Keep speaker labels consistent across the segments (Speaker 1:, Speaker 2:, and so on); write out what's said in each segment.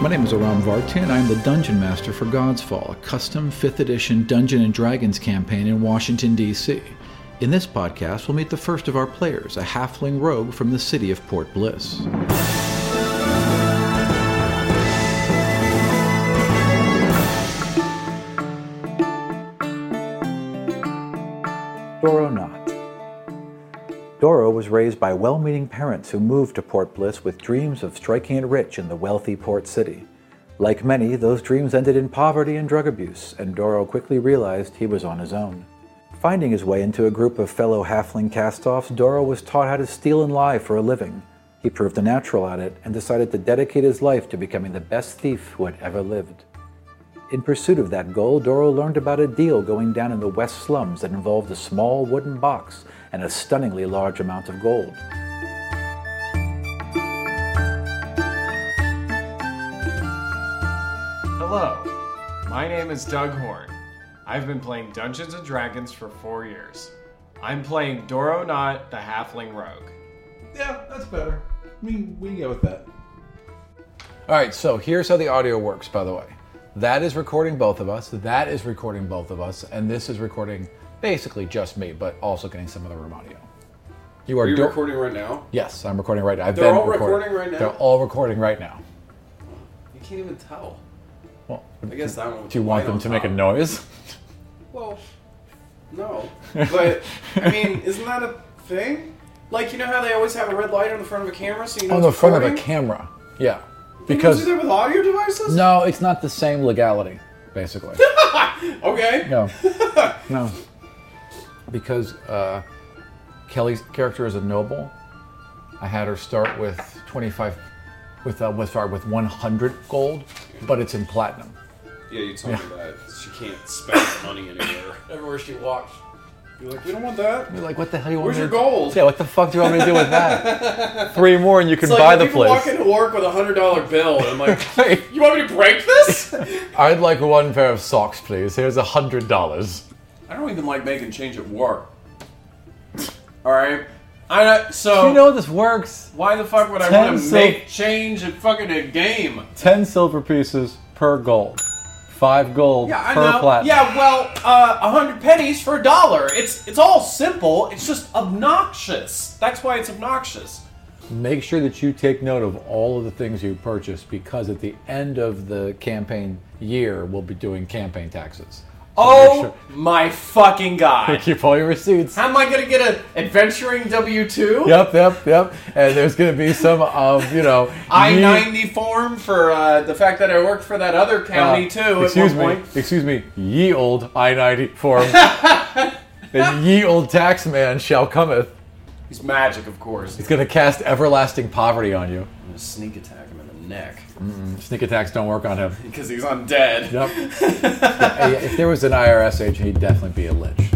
Speaker 1: My name is Aram Vartan. I'm the Dungeon Master for God's Fall, a custom 5th edition Dungeon and Dragons campaign in Washington, D.C. In this podcast, we'll meet the first of our players, a halfling rogue from the city of Port Bliss. Doro Knott. Doro was raised by well meaning parents who moved to Port Bliss with dreams of striking it rich in the wealthy port city. Like many, those dreams ended in poverty and drug abuse, and Doro quickly realized he was on his own. Finding his way into a group of fellow halfling castoffs, Doro was taught how to steal and lie for a living. He proved a natural at it and decided to dedicate his life to becoming the best thief who had ever lived. In pursuit of that goal, Doro learned about a deal going down in the west slums that involved a small wooden box and a stunningly large amount of gold.
Speaker 2: Hello, my name is Doug Horn. I've been playing Dungeons and Dragons for four years. I'm playing Doro Knot, the Halfling Rogue.
Speaker 3: Yeah, that's better. We we can go with that.
Speaker 1: All right, so here's how the audio works, by the way. That is recording both of us, that is recording both of us, and this is recording basically just me, but also getting some of the room audio. You are,
Speaker 3: Are you
Speaker 1: do-
Speaker 3: recording right now?
Speaker 1: Yes, I'm recording right now. I've
Speaker 3: They're
Speaker 1: been
Speaker 3: all recording right now?
Speaker 1: They're all recording right now.
Speaker 3: You can't even tell.
Speaker 1: Well,
Speaker 3: I guess that one.
Speaker 1: do you want them to make a noise?
Speaker 3: Well, no. But I mean, isn't that a thing? Like you know how they always have a red light on the front of a camera, so you know
Speaker 1: On the
Speaker 3: it's
Speaker 1: front of a
Speaker 3: recording?
Speaker 1: camera. Yeah.
Speaker 3: Is
Speaker 1: Because
Speaker 3: it with audio devices?
Speaker 1: no, it's not the same legality, basically.
Speaker 3: Okay.
Speaker 1: No. no. Because uh, Kelly's character is a noble. I had her start with 25, with uh, with sorry, with 100 gold, but it's in platinum.
Speaker 3: Yeah, you told me that she can't spend money anywhere. Everywhere she walks. You're like, we don't want that.
Speaker 1: You're like, what the hell do you want
Speaker 3: Where's
Speaker 1: me
Speaker 3: your
Speaker 1: to
Speaker 3: gold?
Speaker 1: Yeah, what the fuck do you want me to do with that? Three more and you can
Speaker 3: It's like
Speaker 1: buy
Speaker 3: when
Speaker 1: the
Speaker 3: people walk
Speaker 1: place.
Speaker 3: into work with a hundred dollar bill, and I'm like,
Speaker 1: Hey,
Speaker 3: you want me to break this?
Speaker 1: I'd like one pair of socks, please. Here's a hundred dollars.
Speaker 3: I don't even like making change at work. All right, I don't- so
Speaker 1: You know this works.
Speaker 3: why the fuck would I
Speaker 4: Ten
Speaker 3: want to
Speaker 4: sil-
Speaker 3: make change at fucking a game?
Speaker 4: 10 silver pieces per gold. 5 gold
Speaker 3: Yeah, I
Speaker 4: per
Speaker 3: know.
Speaker 4: platinum.
Speaker 3: Yeah, well, uh, a hundred pennies for a dollar. It's it's all simple. It's just obnoxious. That's why it's obnoxious.
Speaker 1: Make sure that you take note of all of the things you purchase because at the end of the campaign year, we'll be doing campaign taxes.
Speaker 3: Oh
Speaker 1: sure-
Speaker 3: my fucking god!
Speaker 1: Keep all your receipts.
Speaker 3: How am I gonna get an adventuring W two?
Speaker 1: Yep, yep, yep. And there's going to be some of, you know,
Speaker 3: I
Speaker 1: ye-
Speaker 3: ninety form for uh, the fact that I worked for that other
Speaker 4: Uh,
Speaker 3: county too.
Speaker 4: Excuse
Speaker 3: at
Speaker 4: me.
Speaker 3: one point.
Speaker 4: Excuse me. Ye old I 90 form.
Speaker 1: And ye old tax man shall cometh.
Speaker 3: He's magic, of course.
Speaker 1: He's going to cast everlasting poverty on you.
Speaker 3: gonna sneak attack him in the neck
Speaker 1: Sneak attacks don't work on him.
Speaker 3: because he's undead.
Speaker 1: Yep. Yeah, if there was an IRS agent, he'd definitely be a lich.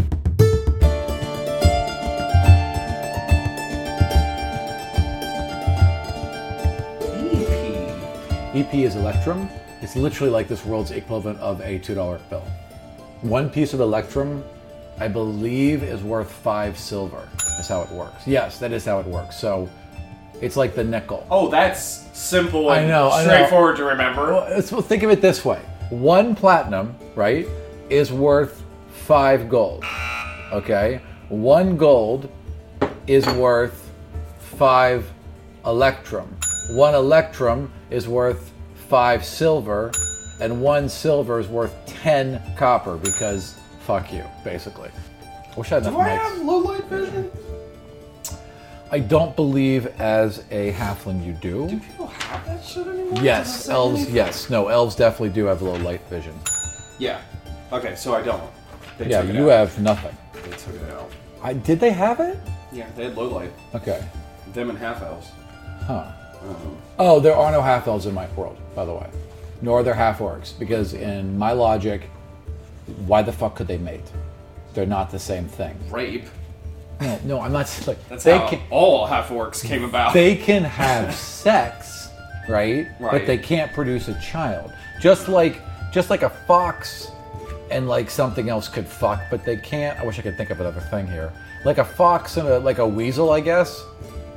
Speaker 3: E
Speaker 1: EP E is Electrum. It's literally like this world's equivalent of a $2 bill. One piece of Electrum, I believe, is worth five silver. That's how it works. Yes, that is how it works. So it's like the nickel.
Speaker 3: Oh, that's simple and
Speaker 1: I know, I know.
Speaker 3: straightforward to remember.
Speaker 1: Well, let's- well, think of it this way: one platinum, right, is worth five gold. Okay, one gold is worth five electrum. One electrum is worth five silver, and one silver is worth ten copper because fuck you, basically. Wish I had enough
Speaker 3: Do I
Speaker 1: mics.
Speaker 3: have low light vision?
Speaker 1: I don't believe as a halfling you do.
Speaker 3: Do people have that shit anymore? Does
Speaker 1: yes,
Speaker 3: that
Speaker 1: elves.
Speaker 3: mean-
Speaker 1: Yes, no, elves definitely do have low light vision.
Speaker 3: Yeah. Okay, so I don't. They
Speaker 1: Yeah,
Speaker 3: took it
Speaker 1: you
Speaker 3: out.
Speaker 1: have nothing.
Speaker 3: They took it out.
Speaker 1: I, did they have it?
Speaker 3: Yeah, they had low light.
Speaker 1: Okay.
Speaker 3: Them and half elves.
Speaker 1: Huh.
Speaker 3: Um,
Speaker 1: Oh, there are no half elves in my world, by the way, nor are there half orcs, because in my logic, why the fuck could they mate? They're not the same thing.
Speaker 3: rape.
Speaker 1: No, no, I'm not. Like,
Speaker 3: That's
Speaker 1: they
Speaker 3: how
Speaker 1: can,
Speaker 3: all half orcs came about.
Speaker 1: they can have sex, right? But
Speaker 3: Right.
Speaker 1: they can't produce a child. Just like just like a fox and like something else could fuck, but they can't. I wish I could think of another thing here. Like a fox and a, like a weasel, I guess.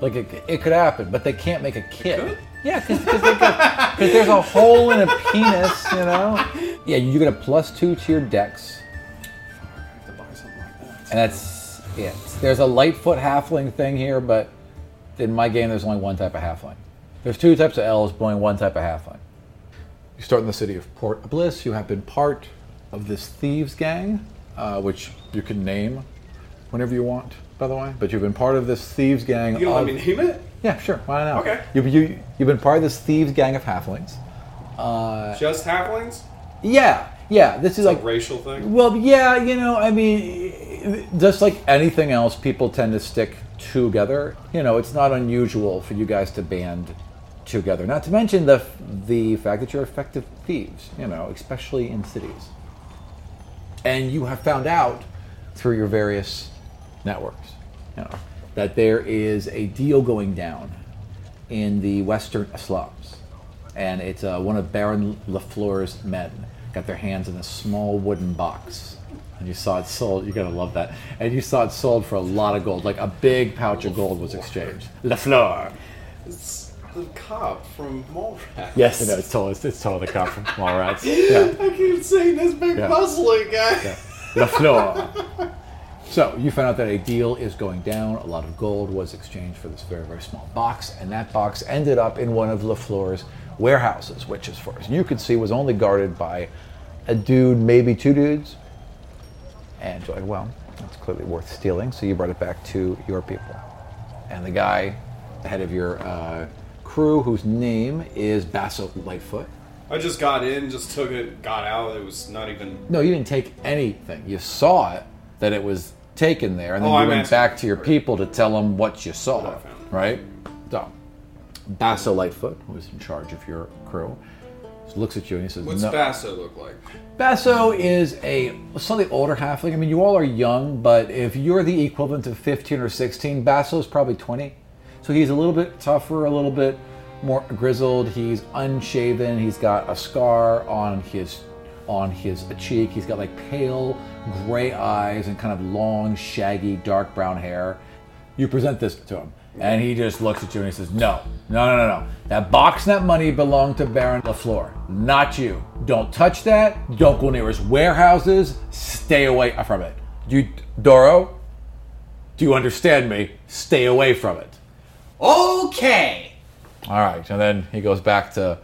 Speaker 1: Like it, it could happen, but they can't make a kid.
Speaker 3: could?
Speaker 1: Yeah, because there's a hole in a penis, you know. Yeah, you get a plus two to your dex,
Speaker 3: I have to buy something like that.
Speaker 1: and that's it. There's a lightfoot halfling thing here, but in my game, there's only one type of halfling. There's two types of elves, but only one type of halfling. You start in the city of Port Bliss. You have been part of this thieves gang, uh, which you can name whenever you want, by the way. But you've been part of this thieves gang.
Speaker 3: You don't
Speaker 1: of-
Speaker 3: let me name it?
Speaker 1: yeah, sure. Why not?
Speaker 3: Okay.
Speaker 1: You, you, you've been part of this thieves gang of halflings.
Speaker 3: Just halflings?
Speaker 1: Yeah, yeah. This is
Speaker 3: It's a
Speaker 1: like,
Speaker 3: racial thing.
Speaker 1: well, yeah, you know, I mean, just like anything else, people tend to stick together. You know, it's not unusual for you guys to band together. Not to mention the the fact that you're effective thieves. You know, especially in cities. And you have found out through your various networks, you know, that there is a deal going down in the western slums. And it's uh, one of Baron LaFleur's men got their hands in a small wooden box. And you saw it sold, you're gonna love that. And you saw it sold for a lot of gold, like a big pouch of gold was exchanged. LaFleur!
Speaker 3: It's the cop from Mallrats.
Speaker 1: Yes, I know, it's told, it's, it's told the cop from Mallrats. Yeah.
Speaker 3: I keep saying this big
Speaker 1: Yeah.
Speaker 3: puzzling guy.
Speaker 1: LaFleur! So you found out that a deal is going down. A lot of gold was exchanged for this very, very small box, and that box ended up in one of LaFleur's warehouses, which, as far as you could see, was only guarded by a dude, maybe two dudes. And you're like, well, that's clearly worth stealing, so you brought it back to your people. And the guy, the head of your uh, crew, whose name is Basso Lightfoot.
Speaker 3: I just got in, just took it, got out. It was not even.
Speaker 1: No, you didn't take anything. You saw it that it was taken there, and then
Speaker 3: Oh,
Speaker 1: you
Speaker 3: I'm
Speaker 1: went
Speaker 3: asking-
Speaker 1: back to your people to tell them what you saw,
Speaker 3: What I found.
Speaker 1: right? So, Basso Lightfoot, who is in charge of your crew, looks at you and he says,
Speaker 3: What's
Speaker 1: "No."
Speaker 3: Basso look like?
Speaker 1: Basso is a slightly older halfling. I mean, you all are young, but if you're the equivalent of 15 or 16, Basso's probably 20. So he's a little bit tougher, a little bit more grizzled. He's unshaven. He's got a scar on his on his cheek. He's got like pale gray eyes and kind of long, shaggy, dark brown hair. You present this to him, and he just looks at you and he says, "No, no, no, no, no. That box and that money belonged to Baron Lafleur, not you. Don't touch that. Don't go near his warehouses. Stay away from it. You, Doro, do you understand me? Stay away from it."
Speaker 2: Okay.
Speaker 1: All right, and then he goes back to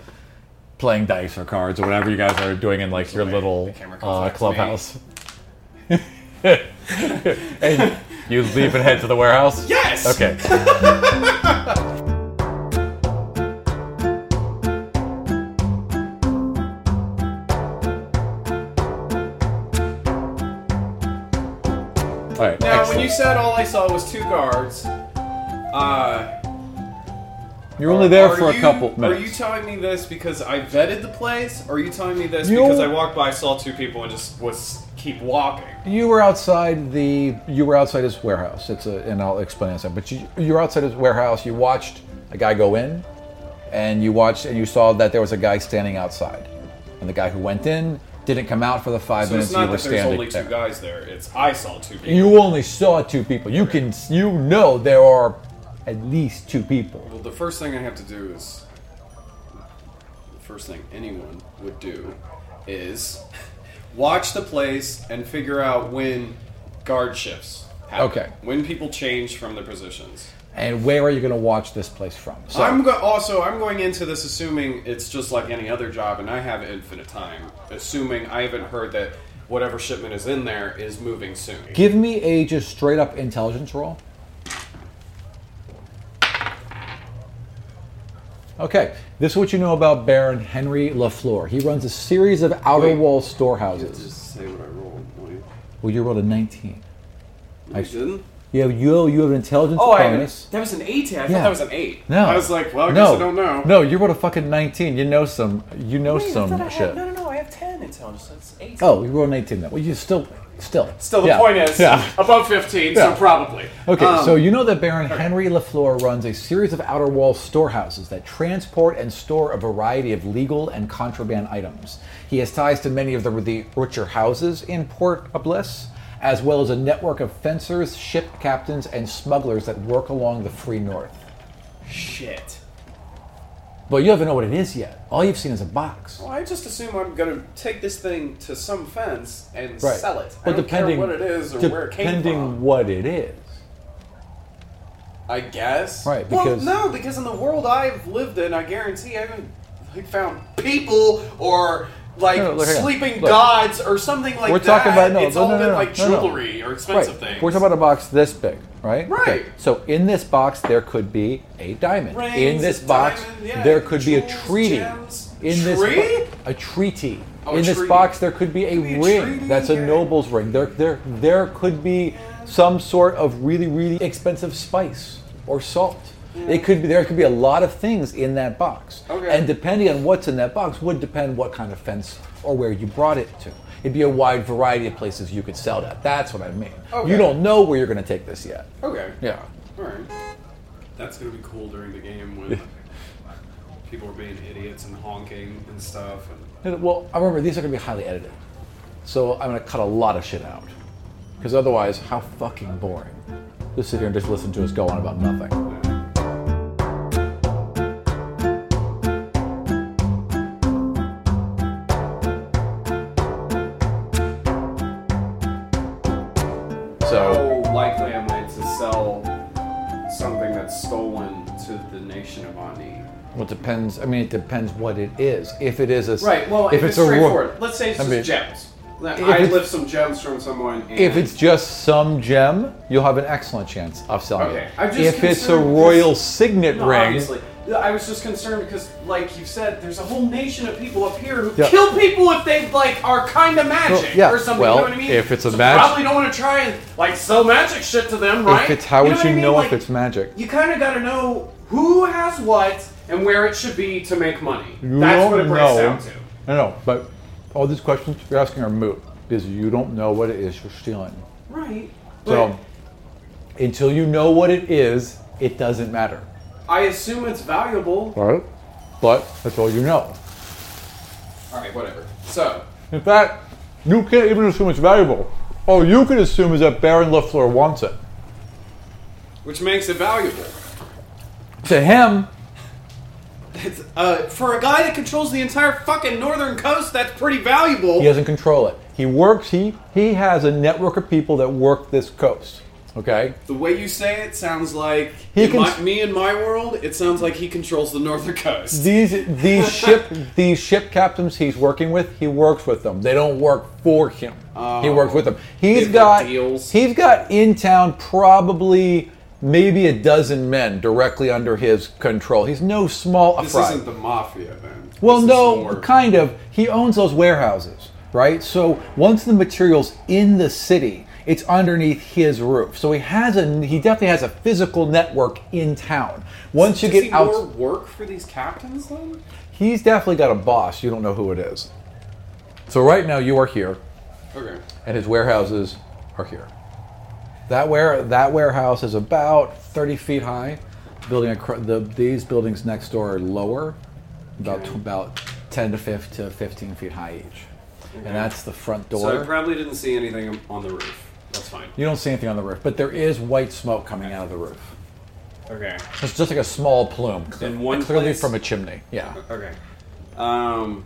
Speaker 1: playing dice or cards or whatever you guys are doing in like your little
Speaker 2: the camera goes
Speaker 1: uh,
Speaker 2: back to
Speaker 1: clubhouse. and you leave and head to the warehouse.
Speaker 3: Yes!
Speaker 1: Okay. All right.
Speaker 3: Now,
Speaker 1: excellent.
Speaker 3: when you said all I saw was two guards, uh,
Speaker 1: You're only there
Speaker 3: are
Speaker 1: for
Speaker 3: you-
Speaker 1: a couple minutes.
Speaker 3: Are you telling me this because I vetted the place? Or are you telling me this
Speaker 1: You-
Speaker 3: because I walked by, saw two people, and just was keep walking?
Speaker 1: You were outside the. You were outside his warehouse. It's a, and I'll explain in a second. But you, you were outside his warehouse. You watched a guy go in, and you watched and you saw that there was a guy standing outside, and the guy who went in didn't come out for the five
Speaker 3: So
Speaker 1: minutes
Speaker 3: it's not
Speaker 1: you were
Speaker 3: that there's
Speaker 1: standing
Speaker 3: only two
Speaker 1: there.
Speaker 3: guys there. It's I saw two people.
Speaker 1: You only saw two people. You can. You know there are at least two people.
Speaker 3: Well, the first thing I have to do is. The first thing anyone would do is watch the place and figure out when guard shifts happen.
Speaker 1: Okay.
Speaker 3: When people change from their positions.
Speaker 1: And where are you going to watch this place from? So
Speaker 3: I'm go- also I'm going into this assuming it's just like any other job, and I have infinite time. Assuming I haven't heard that whatever shipment is in there is moving soon.
Speaker 1: give me a just straight up intelligence roll. Okay, this is what you know about Baron Henry LaFleur. He runs a series of outer
Speaker 3: Wait.
Speaker 1: wall
Speaker 3: Let's
Speaker 1: storehouses.
Speaker 3: just say what I rolled. Wait,
Speaker 1: Well, you rolled a 19.
Speaker 3: I didn't.
Speaker 1: You have, you, you have an intelligence
Speaker 3: Oh, I,
Speaker 1: bonus.
Speaker 3: that was an eight. I thought
Speaker 1: Yeah.
Speaker 3: that was an eight.
Speaker 1: No.
Speaker 3: I was like, well, I
Speaker 1: no.
Speaker 3: guess I don't know.
Speaker 1: No, you rolled a fucking 19. You know some, you know some shit.
Speaker 2: no, no. I have ten intelligence. That's eight.
Speaker 1: Oh, you rolled an 18 then. Well, you still, still.
Speaker 3: Still, the
Speaker 1: Yeah.
Speaker 3: point is
Speaker 1: Yeah.
Speaker 3: above fifteen,
Speaker 1: Yeah.
Speaker 3: so probably.
Speaker 1: Okay,
Speaker 3: Um,
Speaker 1: so you know that Baron Henry LaFleur runs a series of outer wall storehouses that transport and store a variety of legal and contraband items. He has ties to many of the, the richer houses in Port Bliss, as well as a network of fencers, ship captains, and smugglers that work along the free north.
Speaker 3: Shit.
Speaker 1: But you haven't know what it is yet. All you've seen is a box.
Speaker 3: Well, I just assume I'm going to take this thing to some fence and
Speaker 1: Right.
Speaker 3: sell it. I
Speaker 1: But
Speaker 3: don't
Speaker 1: depending
Speaker 3: care what it is or where it came
Speaker 1: depending
Speaker 3: from.
Speaker 1: what it is.
Speaker 3: I guess.
Speaker 1: Right,
Speaker 3: well,
Speaker 1: because-
Speaker 3: no, because in the world I've lived in, I guarantee I haven't like, found people or like
Speaker 1: No, no, look, hang on.
Speaker 3: sleeping
Speaker 1: Look.
Speaker 3: gods or something like
Speaker 1: We're
Speaker 3: that.
Speaker 1: talking about- no,
Speaker 3: it's
Speaker 1: no,
Speaker 3: all
Speaker 1: no, no,
Speaker 3: been
Speaker 1: no,
Speaker 3: like
Speaker 1: no, no.
Speaker 3: jewelry or
Speaker 1: Right.
Speaker 3: expensive things.
Speaker 1: We're talking about a box this big, right?
Speaker 3: Right.
Speaker 1: So in this box there could be a diamond.
Speaker 3: Rings,
Speaker 1: in this box
Speaker 3: diamond, yeah,
Speaker 1: there could be a
Speaker 3: jewels,
Speaker 1: treaty.
Speaker 3: gems.
Speaker 1: In this
Speaker 3: Tree?
Speaker 1: bo- a treaty.
Speaker 3: Oh, a
Speaker 1: in this
Speaker 3: treaty.
Speaker 1: box there could be a
Speaker 3: be a
Speaker 1: ring.
Speaker 3: treaty,
Speaker 1: That's a
Speaker 3: yeah.
Speaker 1: noble's ring. There there there could be some sort of really really expensive spice or salt. It could be there could be a lot of things in that box.
Speaker 3: Okay.
Speaker 1: And depending on what's in that box would depend what kind of fence or where you brought it to. It'd be a wide variety of places you could sell that. That's what I mean.
Speaker 3: Okay.
Speaker 1: You don't know where you're going to take this yet.
Speaker 3: okay.
Speaker 1: Yeah.
Speaker 3: All right. That's gonna be cool during the game when people are being idiots and honking and stuff. And
Speaker 1: And, Well, I remember these are going to be highly edited, so I'm going to cut a lot of shit out, because otherwise, how fucking boring. Just sit here and just listen to us go on about nothing. So
Speaker 3: how likely am I Oh, to sell something that's stolen to the nation of Ani?
Speaker 1: well, it depends. I mean, it depends what it is. If it is a s-
Speaker 3: Right. Well, if, it's,
Speaker 1: ro-
Speaker 3: straightforward, let's say it's
Speaker 1: I
Speaker 3: just
Speaker 1: mean-
Speaker 3: gems. Like,
Speaker 1: If
Speaker 3: I
Speaker 1: it's-
Speaker 3: lift some gems from someone. And
Speaker 1: If it's just some gem, you'll have an excellent chance of selling
Speaker 3: Okay,
Speaker 1: it.
Speaker 3: I'm just
Speaker 1: if it's a
Speaker 3: concerned
Speaker 1: royal
Speaker 3: because-
Speaker 1: signet
Speaker 3: no,
Speaker 1: ring,
Speaker 3: obviously, I was just concerned because, like you said, there's a whole nation of people up here who
Speaker 1: Yeah.
Speaker 3: kill people if they like are kind of magic
Speaker 1: yeah.
Speaker 3: or something.
Speaker 1: Well,
Speaker 3: you know what I mean?
Speaker 1: if it's a
Speaker 3: so
Speaker 1: mag-
Speaker 3: probably don't want to try and like sell magic shit to them, right?
Speaker 1: if it's how
Speaker 3: you
Speaker 1: would
Speaker 3: know what
Speaker 1: you
Speaker 3: I mean?
Speaker 1: know
Speaker 3: Like,
Speaker 1: if it's magic?
Speaker 3: You kind of got to know who has what and where it should be to make money.
Speaker 1: You
Speaker 3: That's
Speaker 1: don't
Speaker 3: what it breaks
Speaker 1: know.
Speaker 3: down to.
Speaker 1: No, no, but all these questions you're asking are moot because you don't know what it is you're stealing.
Speaker 3: Right. But
Speaker 1: So until you know what it is, it doesn't matter.
Speaker 3: I assume it's valuable.
Speaker 1: All right. But that's all you know.
Speaker 3: All right, whatever. So,
Speaker 1: In fact, you can't even assume it's valuable. All you can assume is that Baron LaFleur wants it.
Speaker 3: which makes it valuable.
Speaker 1: To him,
Speaker 3: It's, uh, for a guy that controls the entire fucking northern coast, that's pretty valuable.
Speaker 1: He doesn't control it. He works. He he has a network of people that work this coast. Okay.
Speaker 3: The way you say it sounds like
Speaker 1: He
Speaker 3: in
Speaker 1: can-
Speaker 3: my, me and my world. It sounds like he controls the northern coast.
Speaker 1: These these ship these ship captains he's working with. He works with them. They don't work for him. he works with them. He's
Speaker 3: Give them
Speaker 1: got
Speaker 3: Oh. deals.
Speaker 1: he's got in town probably maybe a dozen men directly under his control. He's no small
Speaker 3: this
Speaker 1: fry.
Speaker 3: isn't the mafia, then.
Speaker 1: Well,
Speaker 3: This is
Speaker 1: no,
Speaker 3: more-
Speaker 1: kind of. He owns those warehouses, right? So once the material's in the city, it's underneath his roof. So he has a he definitely has a physical network in town. Once you
Speaker 3: Does
Speaker 1: get
Speaker 3: he
Speaker 1: out,
Speaker 3: more work for these captains then?
Speaker 1: he's definitely got a boss. You don't know who it is. So right now you are here,
Speaker 3: Okay.
Speaker 1: and his warehouses are here. That ware that warehouse is about thirty feet high. Building across the these buildings next door are lower, about tw- about ten to fif- to fifteen feet high each, and that's the front door.
Speaker 3: So I probably didn't see anything on the roof. That's fine.
Speaker 1: you don't see anything on the roof, but there is white smoke coming out of the roof.
Speaker 3: Okay.
Speaker 1: It's just like a small plume,
Speaker 3: In one
Speaker 1: clearly
Speaker 3: place?
Speaker 1: from a chimney. Yeah,
Speaker 3: Okay. Um.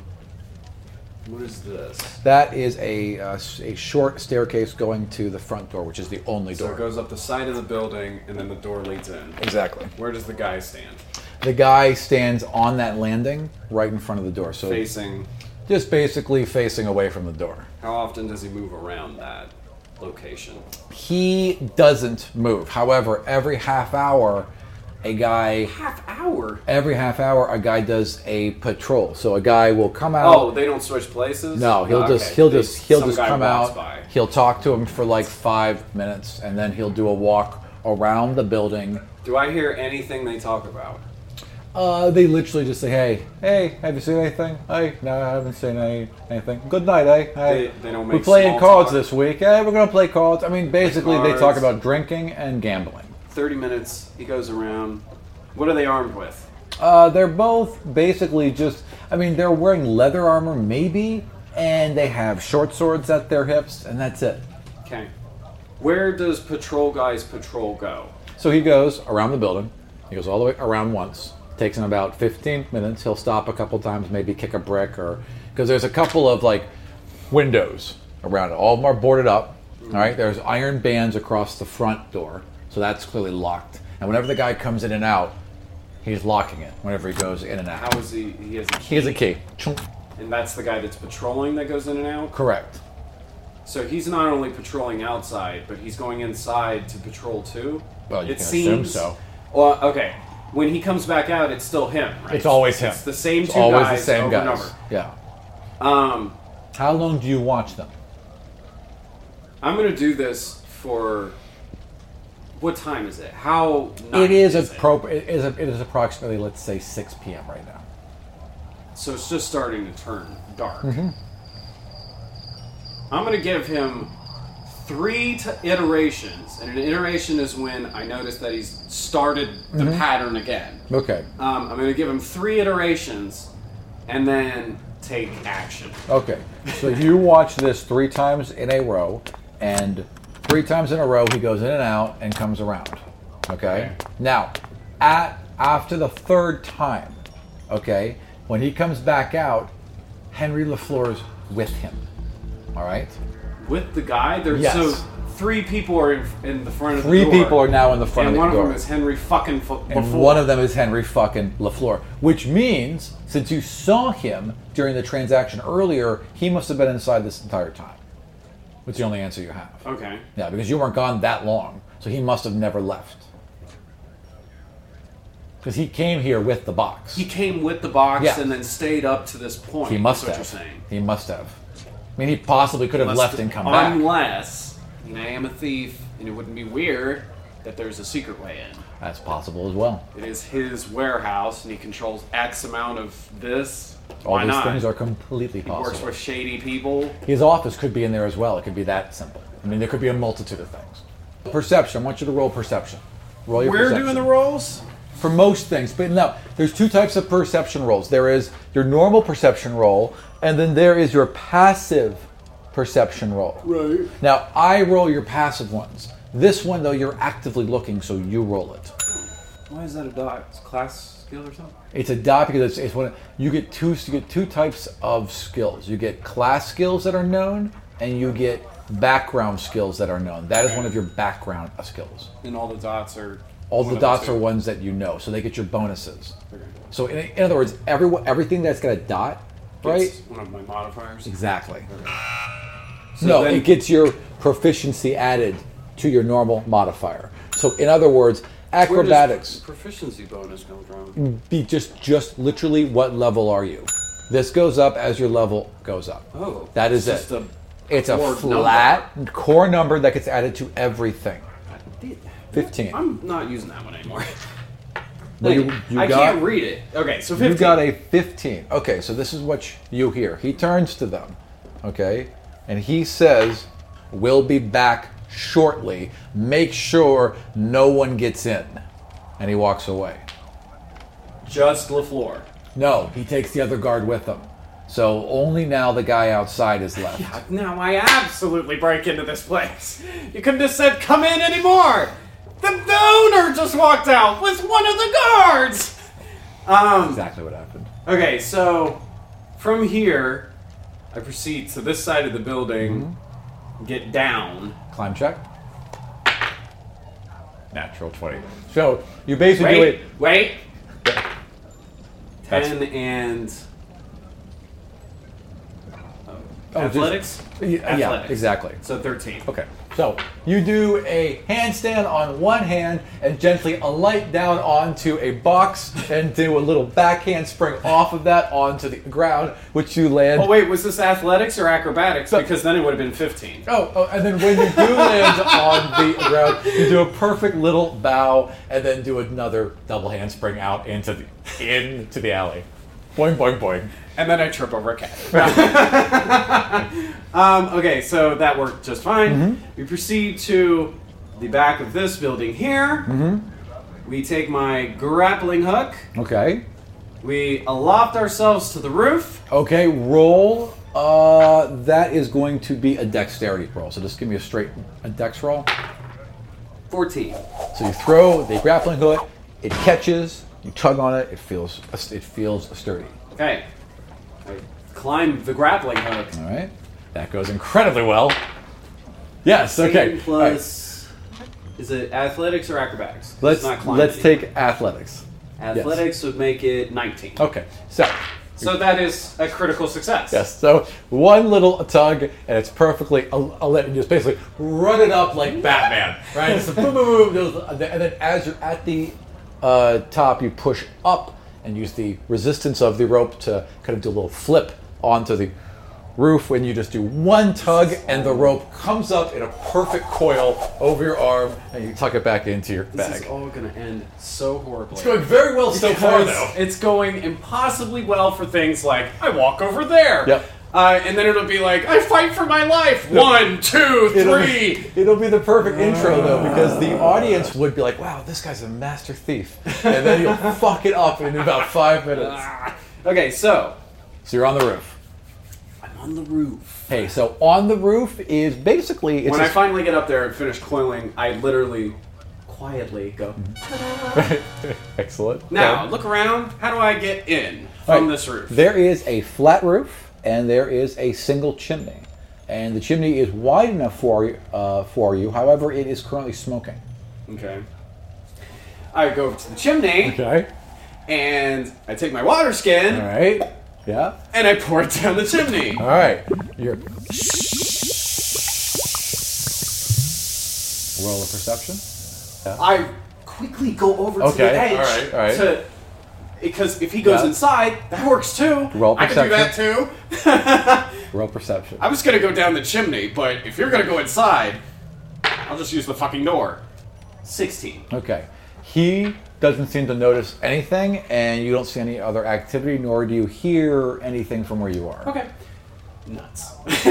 Speaker 3: What is this?
Speaker 1: that is a uh, s- a short staircase going to the front door, which is the only
Speaker 3: So
Speaker 1: door.
Speaker 3: it goes up the side of the building, and then the door leads in.
Speaker 1: exactly.
Speaker 3: Where does the guy stand?
Speaker 1: The guy stands on that landing right in front of the door. So
Speaker 3: Facing.
Speaker 1: just basically facing away from the door.
Speaker 3: How often does he move around that location?
Speaker 1: He doesn't move. However, every half hour, a guy
Speaker 3: Half hour.
Speaker 1: every half hour a guy does a patrol. So a guy will come out.
Speaker 3: Oh, they don't switch places.
Speaker 1: no, he'll
Speaker 3: Okay.
Speaker 1: just he'll
Speaker 3: They-
Speaker 1: just he'll
Speaker 3: some
Speaker 1: just
Speaker 3: guy
Speaker 1: come
Speaker 3: walks
Speaker 1: out.
Speaker 3: by.
Speaker 1: He'll talk to him for like five minutes, and then he'll do a walk around the building.
Speaker 3: Do I hear anything they talk about?
Speaker 1: Uh, they literally just say, "Hey, hey, have you seen anything? Hey, no, I haven't seen any, anything. Good night, eh? hey, hey.
Speaker 3: They- they don't
Speaker 1: we're
Speaker 3: make
Speaker 1: playing
Speaker 3: small
Speaker 1: cards
Speaker 3: talk?
Speaker 1: this week. Hey, we're gonna play cards. I mean, basically, they talk
Speaker 3: cards.
Speaker 1: about drinking and gambling.
Speaker 3: Thirty minutes. He goes around. What are they armed with?
Speaker 1: Uh, they're both basically just. I mean, they're wearing leather armor, maybe, and they have short swords at their hips, and that's it.
Speaker 3: Okay. Where does patrol guys patrol go?
Speaker 1: So he goes around the building. He goes all the way around once. Takes him about 15 minutes. He'll stop a couple times, maybe kick a brick or because there's a couple of like windows around it. All of them are boarded up. All right, there's iron bands across the front door, so that's clearly locked. And whenever the guy comes in and out, he's locking it. Whenever he goes in and out,
Speaker 3: How is he? He has a
Speaker 1: he
Speaker 3: key,
Speaker 1: has a key. Chunk.
Speaker 3: and that's the guy that's patrolling that goes in and out.
Speaker 1: Correct.
Speaker 3: So he's not only patrolling outside, but he's going inside to patrol too.
Speaker 1: Well, you
Speaker 3: it
Speaker 1: can assume
Speaker 3: seems
Speaker 1: so.
Speaker 3: Well, okay. When he comes back out, it's still him, right?
Speaker 1: It's always him.
Speaker 3: It's the same
Speaker 1: It's
Speaker 3: two
Speaker 1: always
Speaker 3: guys
Speaker 1: the same
Speaker 3: over and
Speaker 1: guys.
Speaker 3: over.
Speaker 1: Yeah.
Speaker 3: Um,
Speaker 1: How long do you watch them?
Speaker 3: I'm gonna do this for. What time is it? How?
Speaker 1: It
Speaker 3: night
Speaker 1: is
Speaker 3: it?
Speaker 1: appropriate. It is, it is approximately, let's say, 6 p.m. right now.
Speaker 3: So it's just starting to turn dark.
Speaker 1: Mm-hmm.
Speaker 3: I'm gonna give him three t- iterations, and an iteration is when I notice that he's started the
Speaker 1: Mm-hmm.
Speaker 3: pattern again.
Speaker 1: Okay.
Speaker 3: Um, I'm gonna give him three iterations, and then take action.
Speaker 1: Okay. So you watch this three times in a row, and three times in a row he goes in and out and comes around. Okay. Now, at after the third time, okay, when he comes back out, Henry Lafleur is with him. All right.
Speaker 3: With the guy, there's
Speaker 1: Yes.
Speaker 3: so three people are in, in the front of
Speaker 1: Three
Speaker 3: the door.
Speaker 1: people are now in the front
Speaker 3: and
Speaker 1: of the
Speaker 3: one
Speaker 1: door.
Speaker 3: of them is Henry fucking Fo-
Speaker 1: and
Speaker 3: before.
Speaker 1: one of them is Henry fucking LaFleur. Which means, since you saw him during the transaction earlier, he must have been inside this entire time. That's the only answer you have.
Speaker 3: Okay.
Speaker 1: Yeah, because you weren't gone that long, so he must have never left. Because he came here with the box.
Speaker 3: He came with the box
Speaker 1: Yeah.
Speaker 3: and then stayed up to this point.
Speaker 1: He must
Speaker 3: is what
Speaker 1: have.
Speaker 3: You're saying.
Speaker 1: He must have. I mean, he possibly could have left and come back.
Speaker 3: Unless, I mean, I am a thief, and it wouldn't be weird that there's a secret way in.
Speaker 1: That's possible as well.
Speaker 3: It is his warehouse, and he controls X amount of this.
Speaker 1: All
Speaker 3: Why
Speaker 1: these
Speaker 3: not?
Speaker 1: things are completely
Speaker 3: he works
Speaker 1: possible.
Speaker 3: with shady people.
Speaker 1: His office could be in there as well. It could be that simple. I mean, there could be a multitude of things. Perception. I want you to roll perception. Roll your perception.
Speaker 3: rolls.
Speaker 1: for most things. But now, there's two types of perception rolls. There is your normal perception roll, and then there is your passive perception roll. Right. Now, I roll your passive ones. This one, though, you're actively looking, so you roll it.
Speaker 3: Why is that a dot? It's class skill or something?
Speaker 1: It's a dot because it's, it's one. You get two. You get two types of skills. You get class skills that are known, and you get background skills that are known. That is one of your background skills.
Speaker 3: And all the dots are.
Speaker 1: All
Speaker 3: one
Speaker 1: the
Speaker 3: of
Speaker 1: dots
Speaker 3: two.
Speaker 1: are ones that you know, so they get your bonuses. So in, in other words, every, everything that's got a dot, right?
Speaker 3: It's one of my modifiers.
Speaker 1: Exactly. no,
Speaker 3: then-
Speaker 1: it gets your proficiency added to your normal modifier. So in other words,
Speaker 3: Where does
Speaker 1: acrobatics Mm.
Speaker 3: Proficiency bonus come from.
Speaker 1: be just just literally what level are you? This goes up as your level goes up.
Speaker 3: Oh,
Speaker 1: that is
Speaker 3: it's just
Speaker 1: it.
Speaker 3: a
Speaker 1: it's
Speaker 3: core
Speaker 1: a
Speaker 3: number.
Speaker 1: flat core number that gets added to everything. Fifteen.
Speaker 3: I'm not using that one anymore.
Speaker 1: Well, you-
Speaker 3: Like,
Speaker 1: you
Speaker 3: I
Speaker 1: got-
Speaker 3: can't read it. Okay, so 15.
Speaker 1: You got a 15. Okay, so this is what sh- you hear. He turns to them, okay, and he says, We'll be back shortly. Make sure no one gets in. And he walks away.
Speaker 3: Just LaFleur.
Speaker 1: No, he takes the other guard with him. So only now the guy outside is left.
Speaker 3: Now I absolutely break into this place. You couldn't have said, come in anymore. The, the owner just walked out with one of the guards. Um,
Speaker 1: Exactly what happened.
Speaker 3: okay, so from here, I proceed to this side of the building,
Speaker 1: Mm-hmm.
Speaker 3: get down.
Speaker 1: Climb check. Natural 20. So you basically do
Speaker 3: Wait,
Speaker 1: it.
Speaker 3: wait.
Speaker 1: That's-
Speaker 3: 10 and. oh,
Speaker 1: Oh, just-
Speaker 3: athletics?
Speaker 1: Yeah, yeah,
Speaker 3: Athletics.
Speaker 1: exactly.
Speaker 3: So 13.
Speaker 1: Okay, so you do a handstand on one hand and gently alight down onto a box and do a little backhand spring off of that onto the ground, which you land.
Speaker 3: Oh, wait, was this athletics or acrobatics? Because then it would have been 15.
Speaker 1: Oh, oh, and then when you do land on the ground, you do a perfect little bow and then do another double handspring out into the into the alley. Boing, boing, boing.
Speaker 3: And then I trip over a cat. um, okay, so that worked just fine.
Speaker 1: Mm-hmm.
Speaker 3: We proceed to the back of this building here.
Speaker 1: Mm-hmm.
Speaker 3: We take my grappling hook.
Speaker 1: Okay.
Speaker 3: We aloft ourselves to the roof.
Speaker 1: Okay, roll. Uh, that is going to be a dexterity roll. So just give me a straight a dex roll.
Speaker 3: 14.
Speaker 1: So you throw the grappling hook It catches. You tug on it. It feels it feels sturdy.
Speaker 3: Okay. I climb the grappling hook.
Speaker 1: All right. That goes incredibly well. Yes. Okay.
Speaker 3: Same
Speaker 1: All right.
Speaker 3: Plus, is it athletics or acrobatics? It's
Speaker 1: Let's
Speaker 3: not climbing.
Speaker 1: let's take athletics.
Speaker 3: athletics would make it 19.
Speaker 1: Okay. So
Speaker 3: So that is a critical success.
Speaker 1: yes. So one little tug and it's perfectly. I'll, I'll let you just basically run it up like Batman, right? It's a boom, boom, boom, goes- and then as you're at the uh, top, you push up and use the resistance of the rope to kind of do a little flip onto the roof when you just do one tug and the rope comes up in a perfect coil over your arm and you tuck it back into your
Speaker 3: This
Speaker 1: bag.
Speaker 3: is all going to end so horribly.
Speaker 1: It's going very well so far though.
Speaker 3: It's going impossibly well for things like I walk over there.
Speaker 1: Yep.
Speaker 3: Uh, and then it'll be like I fight for my life. One, two, three. Ah.
Speaker 1: Be, it'll be the perfect intro though, because the audience would be like, "Wow, this guy's a master thief," and then you'll fuck it up in about five minutes.
Speaker 3: Ah. Okay, so
Speaker 1: So you're on the roof.
Speaker 3: I'm on the roof.
Speaker 1: Hey, so on the roof is basically it's
Speaker 3: When I
Speaker 1: just-
Speaker 3: finally get up there and finish coiling, I literally quietly go.
Speaker 1: Mm-hmm. excellent.
Speaker 3: Now
Speaker 1: Okay.
Speaker 3: look around. How do I get in
Speaker 1: All
Speaker 3: from
Speaker 1: right,
Speaker 3: this roof?
Speaker 1: there is a flat roof and there is a single chimney, and the chimney is wide enough for you- uh, for you. However, it is currently smoking.
Speaker 3: Okay. I go over to the chimney
Speaker 1: Okay.
Speaker 3: and I take my water skin
Speaker 1: All right. Yeah.
Speaker 3: and I pour it down the chimney.
Speaker 1: All right. You're. Roll a perception.
Speaker 3: I quickly go over to
Speaker 1: Okay,
Speaker 3: the edge
Speaker 1: alright, alright.
Speaker 3: to because if he goes
Speaker 1: Yeah.
Speaker 3: inside, that works too.
Speaker 1: Roll
Speaker 3: I can do that too.
Speaker 1: Roll perception.
Speaker 3: I was gonna go down the chimney, but if you're gonna go inside, I'll just use the fucking door. Sixteen.
Speaker 1: Okay. He doesn't seem to notice anything, and you don't see any other activity, nor do you hear anything from where you are.
Speaker 3: Okay. Nuts.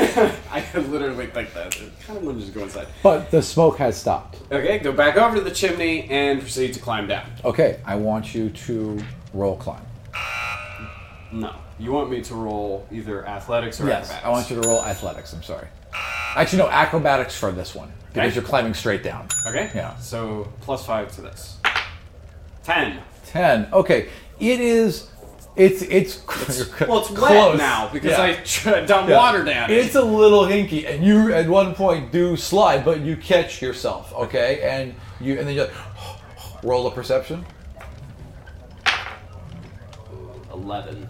Speaker 3: I literally think that. I kind of want to just go inside.
Speaker 1: But the smoke has stopped.
Speaker 3: Okay, go back over to the chimney and proceed to climb down.
Speaker 1: Okay, I want you to roll climb.
Speaker 3: No. You want me to roll either athletics or acrobatics?
Speaker 1: I want you to roll athletics. I'm sorry. Actually, no, acrobatics for this one because
Speaker 3: Okay.
Speaker 1: you're climbing straight down.
Speaker 3: Okay.
Speaker 1: Yeah.
Speaker 3: So plus five to this. Ten.
Speaker 1: Ten. Okay, it is. It's it's. It's,
Speaker 3: Well, it's wet now because I tr- dumped
Speaker 1: Yeah.
Speaker 3: water down.
Speaker 1: It's a little hinky, and you at one point do slide, but you catch yourself, okay? And you and then you roll a perception.
Speaker 3: eleven.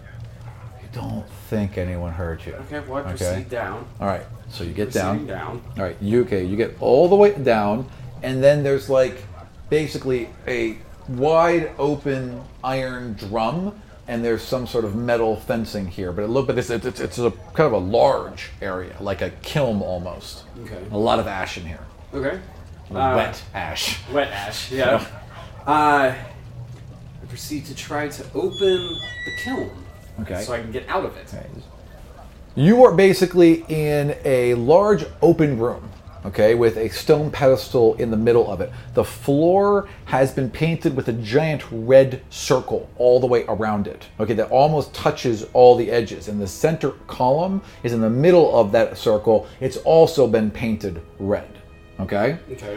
Speaker 1: You don't think anyone heard you.
Speaker 3: Okay, what? Proceed down.
Speaker 1: All right. So you get down.
Speaker 3: Proceeding down.
Speaker 1: All right. You okay? You get all the way down, and then there's like basically a wide open iron drum. And there's some sort of metal fencing here, but it look, but it's it's, it's a kind of a large area, like a kiln almost.
Speaker 3: Okay. Ah.
Speaker 1: A lot of ash in here.
Speaker 3: Okay. Uh,
Speaker 1: wet ash.
Speaker 3: Wet ash. Yeah. Uh, I proceed to try to open the kiln.
Speaker 1: Okay.
Speaker 3: So I can get out of it.
Speaker 1: You are basically in a large open room, okay, with a stone pedestal in the middle of it. The floor has been painted with a giant red circle all the way around it, okay, that almost touches all the edges. And the center column is in the middle of that circle. It's also been painted red, okay?
Speaker 3: Okay.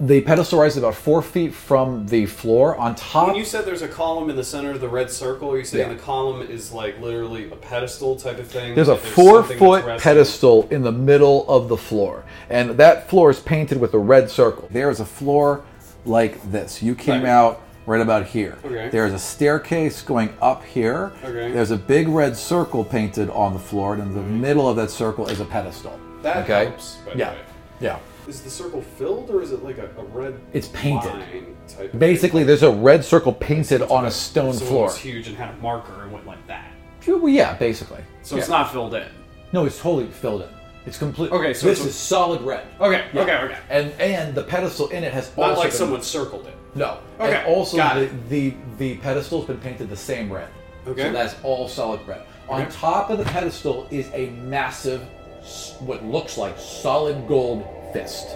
Speaker 1: The pedestal rises about four feet from the floor. On top,
Speaker 3: When you said there's a column in the center of the red circle, are you saying
Speaker 1: Yeah.
Speaker 3: the column is like literally a pedestal type of thing?
Speaker 1: There's a
Speaker 3: That
Speaker 1: four
Speaker 3: something that's
Speaker 1: foot
Speaker 3: resting?
Speaker 1: pedestal in the middle of the floor, and that floor is painted with a red circle. There is a floor like this. You came
Speaker 3: Right.
Speaker 1: out right about here.
Speaker 3: Okay.
Speaker 1: There is a staircase going up here.
Speaker 3: Okay. Mm-hmm.
Speaker 1: There's a big red circle painted on the floor, and in the middle of that circle is a pedestal.
Speaker 3: That helps, by the
Speaker 1: yeah.
Speaker 3: way.
Speaker 1: Yeah.
Speaker 3: Is the circle filled or is it like a, a red?
Speaker 1: It's painted.
Speaker 3: line type of
Speaker 1: Basically, there's a red circle painted on a stone
Speaker 3: thing? So
Speaker 1: floor.
Speaker 3: It's huge and had a marker and went like that.
Speaker 1: Well, Yeah, basically.
Speaker 3: So it's
Speaker 1: Yeah.
Speaker 3: not filled in.
Speaker 1: No, it's totally filled in. It's complete.
Speaker 3: Okay, so
Speaker 1: this
Speaker 3: it's a-
Speaker 1: is solid red.
Speaker 3: Okay, okay, okay.
Speaker 1: and and the pedestal in it has
Speaker 3: Not
Speaker 1: also
Speaker 3: like
Speaker 1: been,
Speaker 3: someone circled it.
Speaker 1: no
Speaker 3: Okay,
Speaker 1: and also
Speaker 3: got
Speaker 1: the,
Speaker 3: it.
Speaker 1: the the pedestal's been painted the same red
Speaker 3: Okay.
Speaker 1: so that's all solid red on
Speaker 3: Okay.
Speaker 1: top of the pedestal is a massive s- what looks like solid gold fist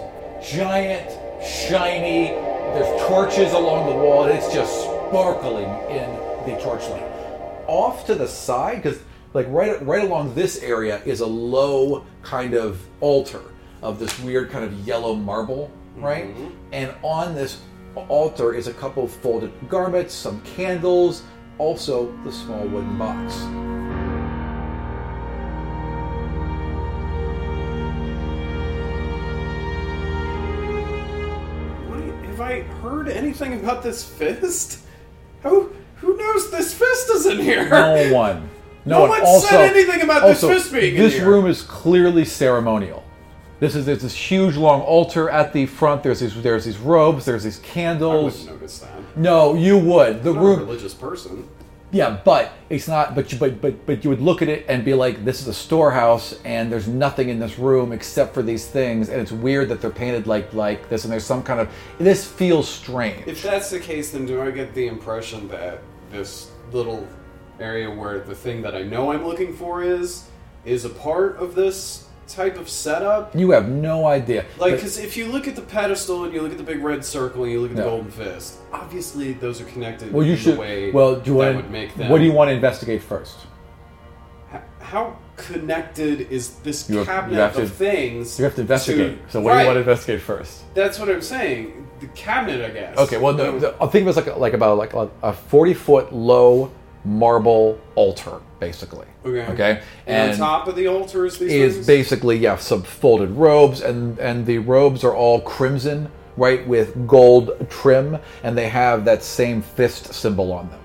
Speaker 1: giant shiny there's torches along the wall and it's just sparkling in the torchlight off to the side because like right right along this area is a low kind of altar of this weird kind of yellow marble right and on this altar is a couple of folded garments, some candles, also the small wooden box.
Speaker 3: Why have I heard anything about this fist? Who who knows this fist is in here?
Speaker 1: No one. No,
Speaker 3: No
Speaker 1: one,
Speaker 3: one
Speaker 1: also,
Speaker 3: said anything about this
Speaker 1: also,
Speaker 3: fist being in
Speaker 1: This
Speaker 3: here.
Speaker 1: room is clearly ceremonial. This is there's this huge long altar at the front. There's these there's these robes. There's these
Speaker 3: I
Speaker 1: candles.
Speaker 3: wouldn't notice that.
Speaker 1: No, you would. The
Speaker 3: I'm not a
Speaker 1: room.
Speaker 3: religious person.
Speaker 1: Yeah, but it's not. But you, but but but you would look at it and be like, "This is a storehouse, and there's nothing in this room except for these things." And it's weird that they're painted like like this, and there's some kind of. This feels strange.
Speaker 3: If that's the case, then do I get the impression that this little area where the thing that I know I'm looking for is is a part of this type of setup?
Speaker 1: you have no idea.
Speaker 3: Like,
Speaker 1: But-
Speaker 3: because if you look at the pedestal and you look at the big red circle and you look at
Speaker 1: No.
Speaker 3: the golden fist, obviously those are connected.
Speaker 1: well, you
Speaker 3: in
Speaker 1: should.
Speaker 3: The way
Speaker 1: well, do you
Speaker 3: that
Speaker 1: want?
Speaker 3: would make them.
Speaker 1: What do you want to investigate first?
Speaker 3: H- How connected is this
Speaker 1: You have- you
Speaker 3: cabinet
Speaker 1: have to-
Speaker 3: of things?
Speaker 1: You have to investigate. so, what do
Speaker 3: Right,
Speaker 1: you want to investigate first?
Speaker 3: That's what I'm saying. The cabinet, I guess.
Speaker 1: Okay, well, no,
Speaker 3: Um,
Speaker 1: the, I think it was like like about like a- a forty foot low marble altar, basically.
Speaker 3: Okay.
Speaker 1: Okay.
Speaker 3: and on top of the altar is these
Speaker 1: is
Speaker 3: things?
Speaker 1: basically yeah some folded robes and and the robes are all crimson right with gold trim and they have that same fist symbol on them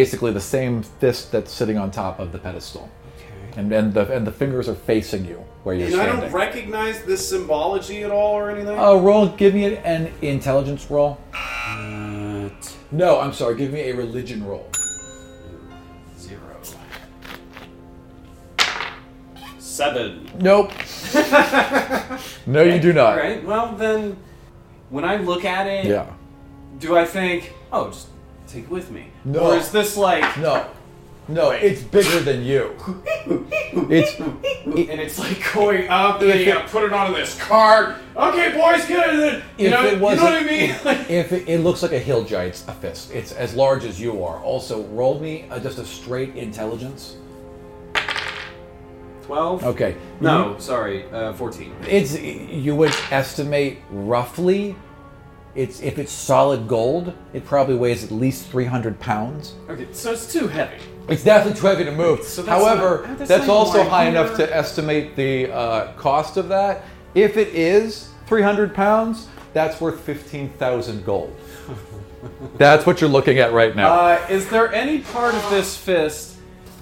Speaker 1: basically the same fist that's sitting on top of the pedestal
Speaker 3: Okay.
Speaker 1: and and the and the fingers are facing you where you're
Speaker 3: And I
Speaker 1: standing
Speaker 3: don't recognize this symbology at all or anything.
Speaker 1: uh, roll give me an intelligence roll no i'm sorry give me a religion roll
Speaker 3: Zero. Seven.
Speaker 1: nope no you do not
Speaker 5: All right. Well, then, when I look at it,
Speaker 1: yeah
Speaker 5: do I think, oh, just take it with me?
Speaker 1: No.
Speaker 5: Or is this like,
Speaker 1: no no it's bigger than you it's
Speaker 5: and it's like,
Speaker 3: Going up, then you gotta put it on this card. Okay, boys, get it. then. You
Speaker 1: If
Speaker 3: know,
Speaker 1: it
Speaker 3: you know what I
Speaker 1: wasn't-
Speaker 3: mean?
Speaker 1: If it, it looks like a hill giant's a fist, it's as large as you are. Also, roll me uh, just a straight intelligence.
Speaker 5: 12?
Speaker 1: Okay. Mm-hmm.
Speaker 5: No, sorry, uh, 14.
Speaker 1: It's you would estimate roughly. It's if it's solid gold, it probably weighs at least three hundred pounds.
Speaker 3: okay, so it's too heavy.
Speaker 1: It's definitely too heavy to move.
Speaker 3: So that's
Speaker 1: However,
Speaker 3: not-
Speaker 1: that's,
Speaker 3: that's not
Speaker 1: also
Speaker 3: even
Speaker 1: high
Speaker 3: like
Speaker 1: enough
Speaker 3: here.
Speaker 1: to estimate the uh, cost of that. If it is 300 pounds, that's worth 15,000 gold. that's what you're looking at right now.
Speaker 3: Uh, is there any part of this fist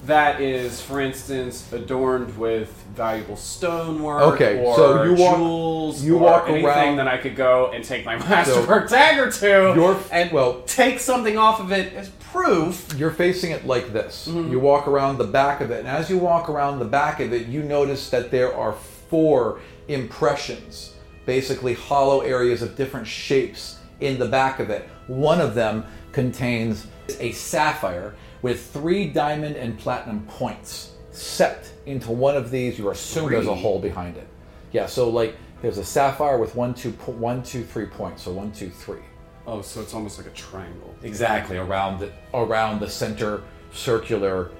Speaker 3: that is, for instance, adorned with valuable stonework
Speaker 1: Okay,
Speaker 3: or
Speaker 1: so you walk-
Speaker 3: jewels
Speaker 1: you
Speaker 3: or
Speaker 1: walk
Speaker 3: anything
Speaker 1: around-
Speaker 3: that I could go and take my masterwork dagger to
Speaker 1: Your-
Speaker 3: and
Speaker 1: well-
Speaker 3: take something off of it as proof?
Speaker 1: you're facing it like this. You walk around the back of it, and as you walk around the back of it, you notice that there are four impressions, basically hollow areas of different shapes in the back of it. One of them contains a sapphire with three diamond and platinum points set into one of these. You assume there's a hole behind it. Yeah, so like there's a sapphire with one, two, po- one, two, three points. So one, two, three
Speaker 3: Oh, so it's almost like a triangle.
Speaker 1: exactly around the around the center circular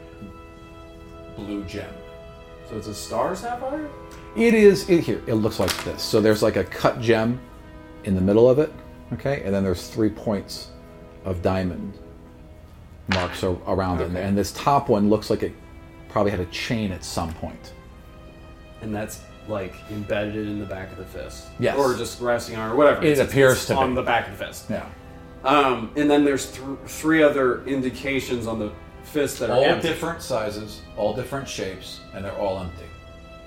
Speaker 1: blue gem.
Speaker 3: So it's a star sapphire?
Speaker 1: It is it, here. It looks like this. So there's like a cut gem in the middle of it, okay, and then there's three points of diamond marks ar- around it, and this top one looks like it probably had a chain at some point.
Speaker 3: And that's like embedded in the back of the fist.
Speaker 1: Yes.
Speaker 3: Or just resting on or whatever.
Speaker 1: It appears to
Speaker 3: on
Speaker 1: be.
Speaker 3: the back of the fist.
Speaker 1: Yeah.
Speaker 3: Um, and then there's th- three other indications on the fist that are
Speaker 1: all
Speaker 3: empty.
Speaker 1: different sizes, all different shapes, and they're all empty.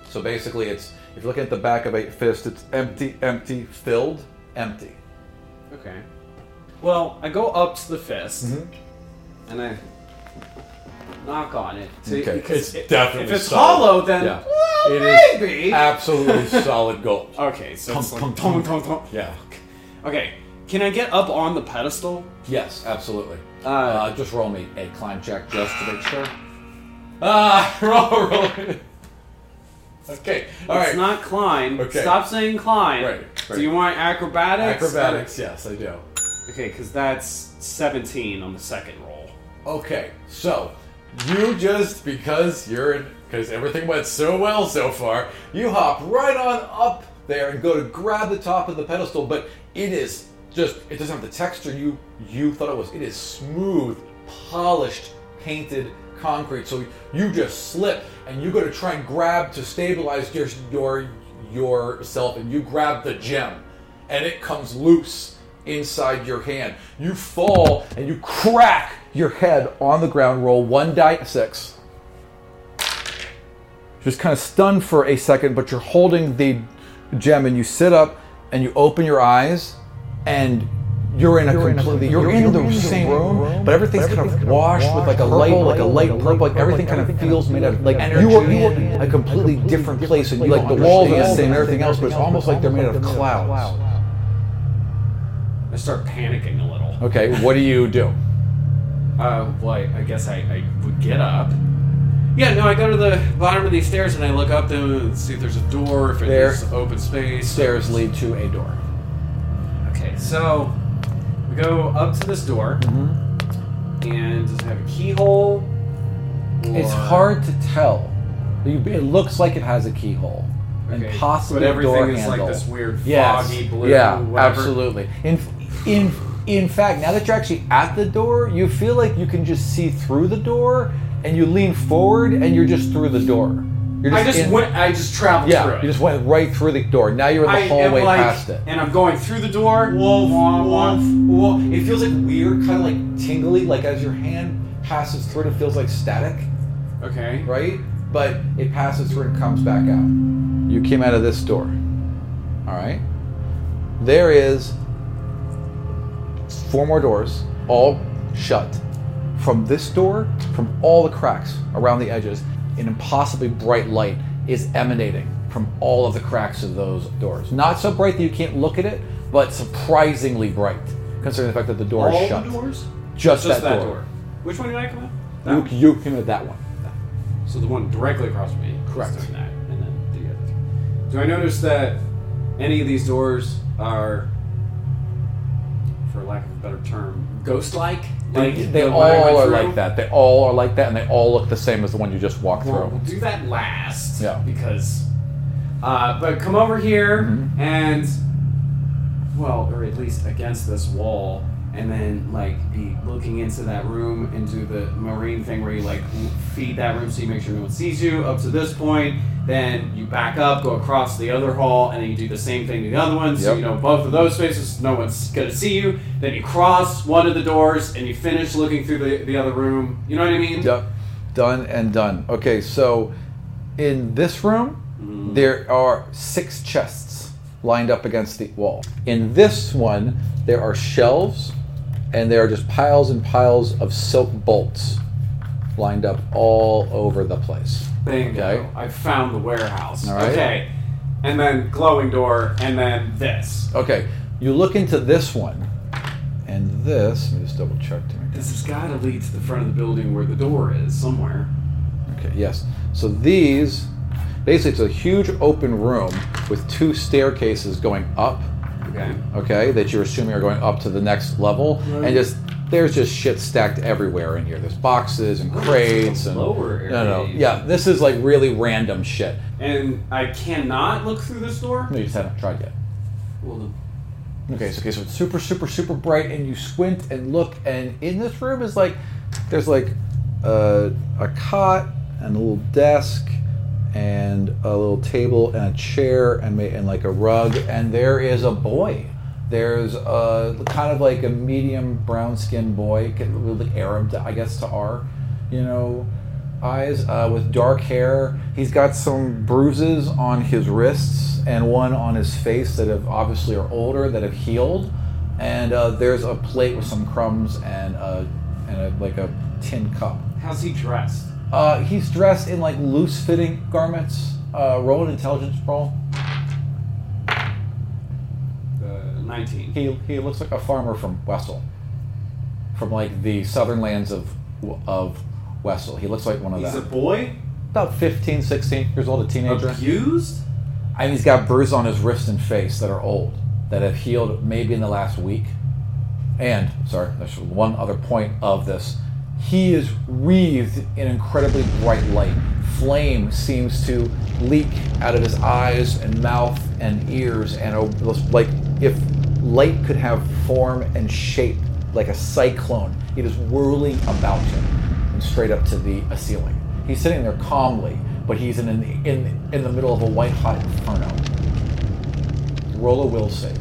Speaker 1: So basically, it's if you're looking at the back of a fist, it's empty, empty, filled, empty.
Speaker 3: Okay. Well, I go up to the fist and I knock on it. To,
Speaker 1: Mm-hmm. Okay.
Speaker 3: Because
Speaker 1: It's
Speaker 3: i-
Speaker 1: definitely
Speaker 3: if it's
Speaker 1: solid.
Speaker 3: hollow, then
Speaker 1: Yeah.
Speaker 3: well,
Speaker 1: It is
Speaker 3: maybe.
Speaker 1: absolutely solid gold.
Speaker 3: okay, so it's
Speaker 1: Tung,
Speaker 3: like
Speaker 1: tung,
Speaker 3: tung, tung, tung.
Speaker 1: Yeah.
Speaker 3: Okay, can I get up on the pedestal?
Speaker 1: Yes, absolutely. Uh,
Speaker 3: Uh,
Speaker 1: just roll me a climb check just to make sure.
Speaker 3: Ah,
Speaker 1: roll, roll. okay. All
Speaker 3: it's
Speaker 1: right.
Speaker 3: not climb.
Speaker 1: Okay.
Speaker 3: Stop saying climb.
Speaker 1: Right, right.
Speaker 3: Do you want acrobatics?
Speaker 1: Acrobatics. Yes, I do.
Speaker 3: Okay, because that's 17 on the second roll.
Speaker 1: Okay, so you just because you're in because everything went so well so far, you hop right on up there and go to grab the top of the pedestal, but it is just it doesn't have the texture you you thought it was. It is smooth, polished, painted concrete. So you just slip and you go to try and grab to stabilize your your yourself, and you grab the gem, and it comes loose inside your hand. You fall and you crack your head on the ground. Roll one die six just kind of stunned for a second, but you're holding the gem and you sit up and you open your eyes and you're in a completely you're, in the same room, but everything's kind of washed with like a light, like a light purple, like everything kind of feels made out of like you are in a completely different place and you like the walls are the same and everything else, but it's almost like they're made out of clouds.
Speaker 3: I start panicking a little.
Speaker 1: Okay, what do you do?
Speaker 3: Uh, well, I, I guess I, I would get up. Yeah, no, I go to the bottom of these stairs and I look up them and see if there's a door, if
Speaker 1: There.
Speaker 3: there's open space.
Speaker 1: Stairs lead to a door.
Speaker 3: Okay, so we go up to this door, and does it have a keyhole?
Speaker 1: Mm-hmm. It's
Speaker 3: Or-
Speaker 1: hard to tell. You- It looks like it has a keyhole and
Speaker 3: Okay,
Speaker 1: possibly
Speaker 3: but everything
Speaker 1: a door
Speaker 3: is like
Speaker 1: handle.
Speaker 3: this weird
Speaker 1: Yes.
Speaker 3: foggy blue,
Speaker 1: Yeah,
Speaker 3: whatever.
Speaker 1: absolutely. In in in fact, now that you're actually at the door, you feel like you can just see through the door, and you lean forward, and you're just through the door. You're
Speaker 3: I just
Speaker 1: in-
Speaker 3: went. I just traveled
Speaker 1: Yeah,
Speaker 3: through it.
Speaker 1: you just went right through the door. Now you're in
Speaker 3: I
Speaker 1: the
Speaker 3: am,
Speaker 1: hallway
Speaker 3: like-
Speaker 1: past it.
Speaker 3: and I'm going through the door.
Speaker 1: Woof,
Speaker 3: Wah, wah,
Speaker 1: woof,
Speaker 3: wah.
Speaker 1: woof. It feels like weird, kind of like tingly, like as your hand passes through it, it feels like static.
Speaker 3: Okay.
Speaker 1: right? But it passes through and comes back out. You came out of this door. All right. There is four more doors, all shut. From this door, from all the cracks around the edges, an impossibly bright light is emanating from all of the cracks of those doors. Not so bright that you can't look at it, but surprisingly bright, considering the fact that the door
Speaker 3: All
Speaker 1: is shut.
Speaker 3: the doors.
Speaker 1: Just, that,
Speaker 3: Just that
Speaker 1: door.
Speaker 3: door. Which one did I come out? That
Speaker 1: You,
Speaker 3: one.
Speaker 1: you came out of that one.
Speaker 3: So the one directly across from me. is
Speaker 1: Correct.
Speaker 3: doing that, and then the other. three. Do I notice that any of these doors are, for lack of a better term, ghost-like? Like
Speaker 1: They, they
Speaker 3: the
Speaker 1: all
Speaker 3: one I went
Speaker 1: are
Speaker 3: through?
Speaker 1: like that. They all are like that, and they all look the same as the one you just walked
Speaker 3: Well,
Speaker 1: through.
Speaker 3: we'll do that last.
Speaker 1: Yeah.
Speaker 3: Because. Uh, but come over here
Speaker 1: Mm-hmm.
Speaker 3: and. Well, or at least against this wall, and then, like, be looking into that room and do the marine thing where you, like, feed that room so you make sure no one sees you up to this point. Then you back up, go across the other hall, and then you do the same thing to the other one. So
Speaker 1: Yep.
Speaker 3: you know both of those spaces, no one's gonna see you. Then you cross one of the doors, and you finish looking through the, the other room. You know what I mean?
Speaker 1: Yep. Done and done. Okay, so in this room, there are six chests lined up against the wall. In this one, there are shelves, and there are just piles and piles of silk bolts lined up all over the place.
Speaker 3: Bingo.
Speaker 1: Okay.
Speaker 3: I found the warehouse.
Speaker 1: All right.
Speaker 3: Okay. And then glowing door, and then this.
Speaker 1: Okay, you look into this one, and this, let me just double check to make
Speaker 3: This has got to lead to the front of the building where the door is somewhere.
Speaker 1: Okay, yes. So these, basically, it's a huge open room with two staircases going up,
Speaker 3: Okay.
Speaker 1: okay, that you're assuming are going up to the next level. And just, there's just shit stacked everywhere in here. There's boxes and
Speaker 3: is
Speaker 1: crates
Speaker 3: the
Speaker 1: and.
Speaker 3: lower area
Speaker 1: No, no.
Speaker 3: even?
Speaker 1: Yeah, this is like really random shit.
Speaker 3: And I cannot look through this door.
Speaker 1: No, you just haven't tried yet.
Speaker 3: Well, then-
Speaker 1: Okay, so, okay, so it's super, super, super bright, and you squint and look, and in this room is like, there's like a, a cot and a little desk and a little table and a chair and, ma- and like a rug, and there is a boy. There's a kind of like a medium brown skinned boy, kind of like Arab, to- I guess, to R, you know, eyes uh, with dark hair. He's got some bruises on his wrists and one on his face that have obviously are older that have healed. And uh, there's a plate with some crumbs and a, and a, like a tin cup.
Speaker 3: How's he dressed?
Speaker 1: Uh, he's dressed in like loose fitting garments. Uh, roll an intelligence roll.
Speaker 3: Uh, 19.
Speaker 1: He, he looks like a farmer from Wessel, from like the southern lands of of Wessel. He looks like one of
Speaker 3: He's a
Speaker 1: them.
Speaker 3: boy?
Speaker 1: About 15, 16 years old, a teenager.
Speaker 3: Abused?
Speaker 1: And he's got bruises on his wrist and face that are old, that have healed maybe in the last week. And, sorry, there's one other point of this. He is wreathed in incredibly bright light. Flame seems to leak out of his eyes and mouth and ears, and a- oh, like if light could have form and shape like a cyclone. It is whirling about him and straight up to the a ceiling. He's sitting there calmly, but he's in an, in in the middle of a white hot inferno. Roll a will save.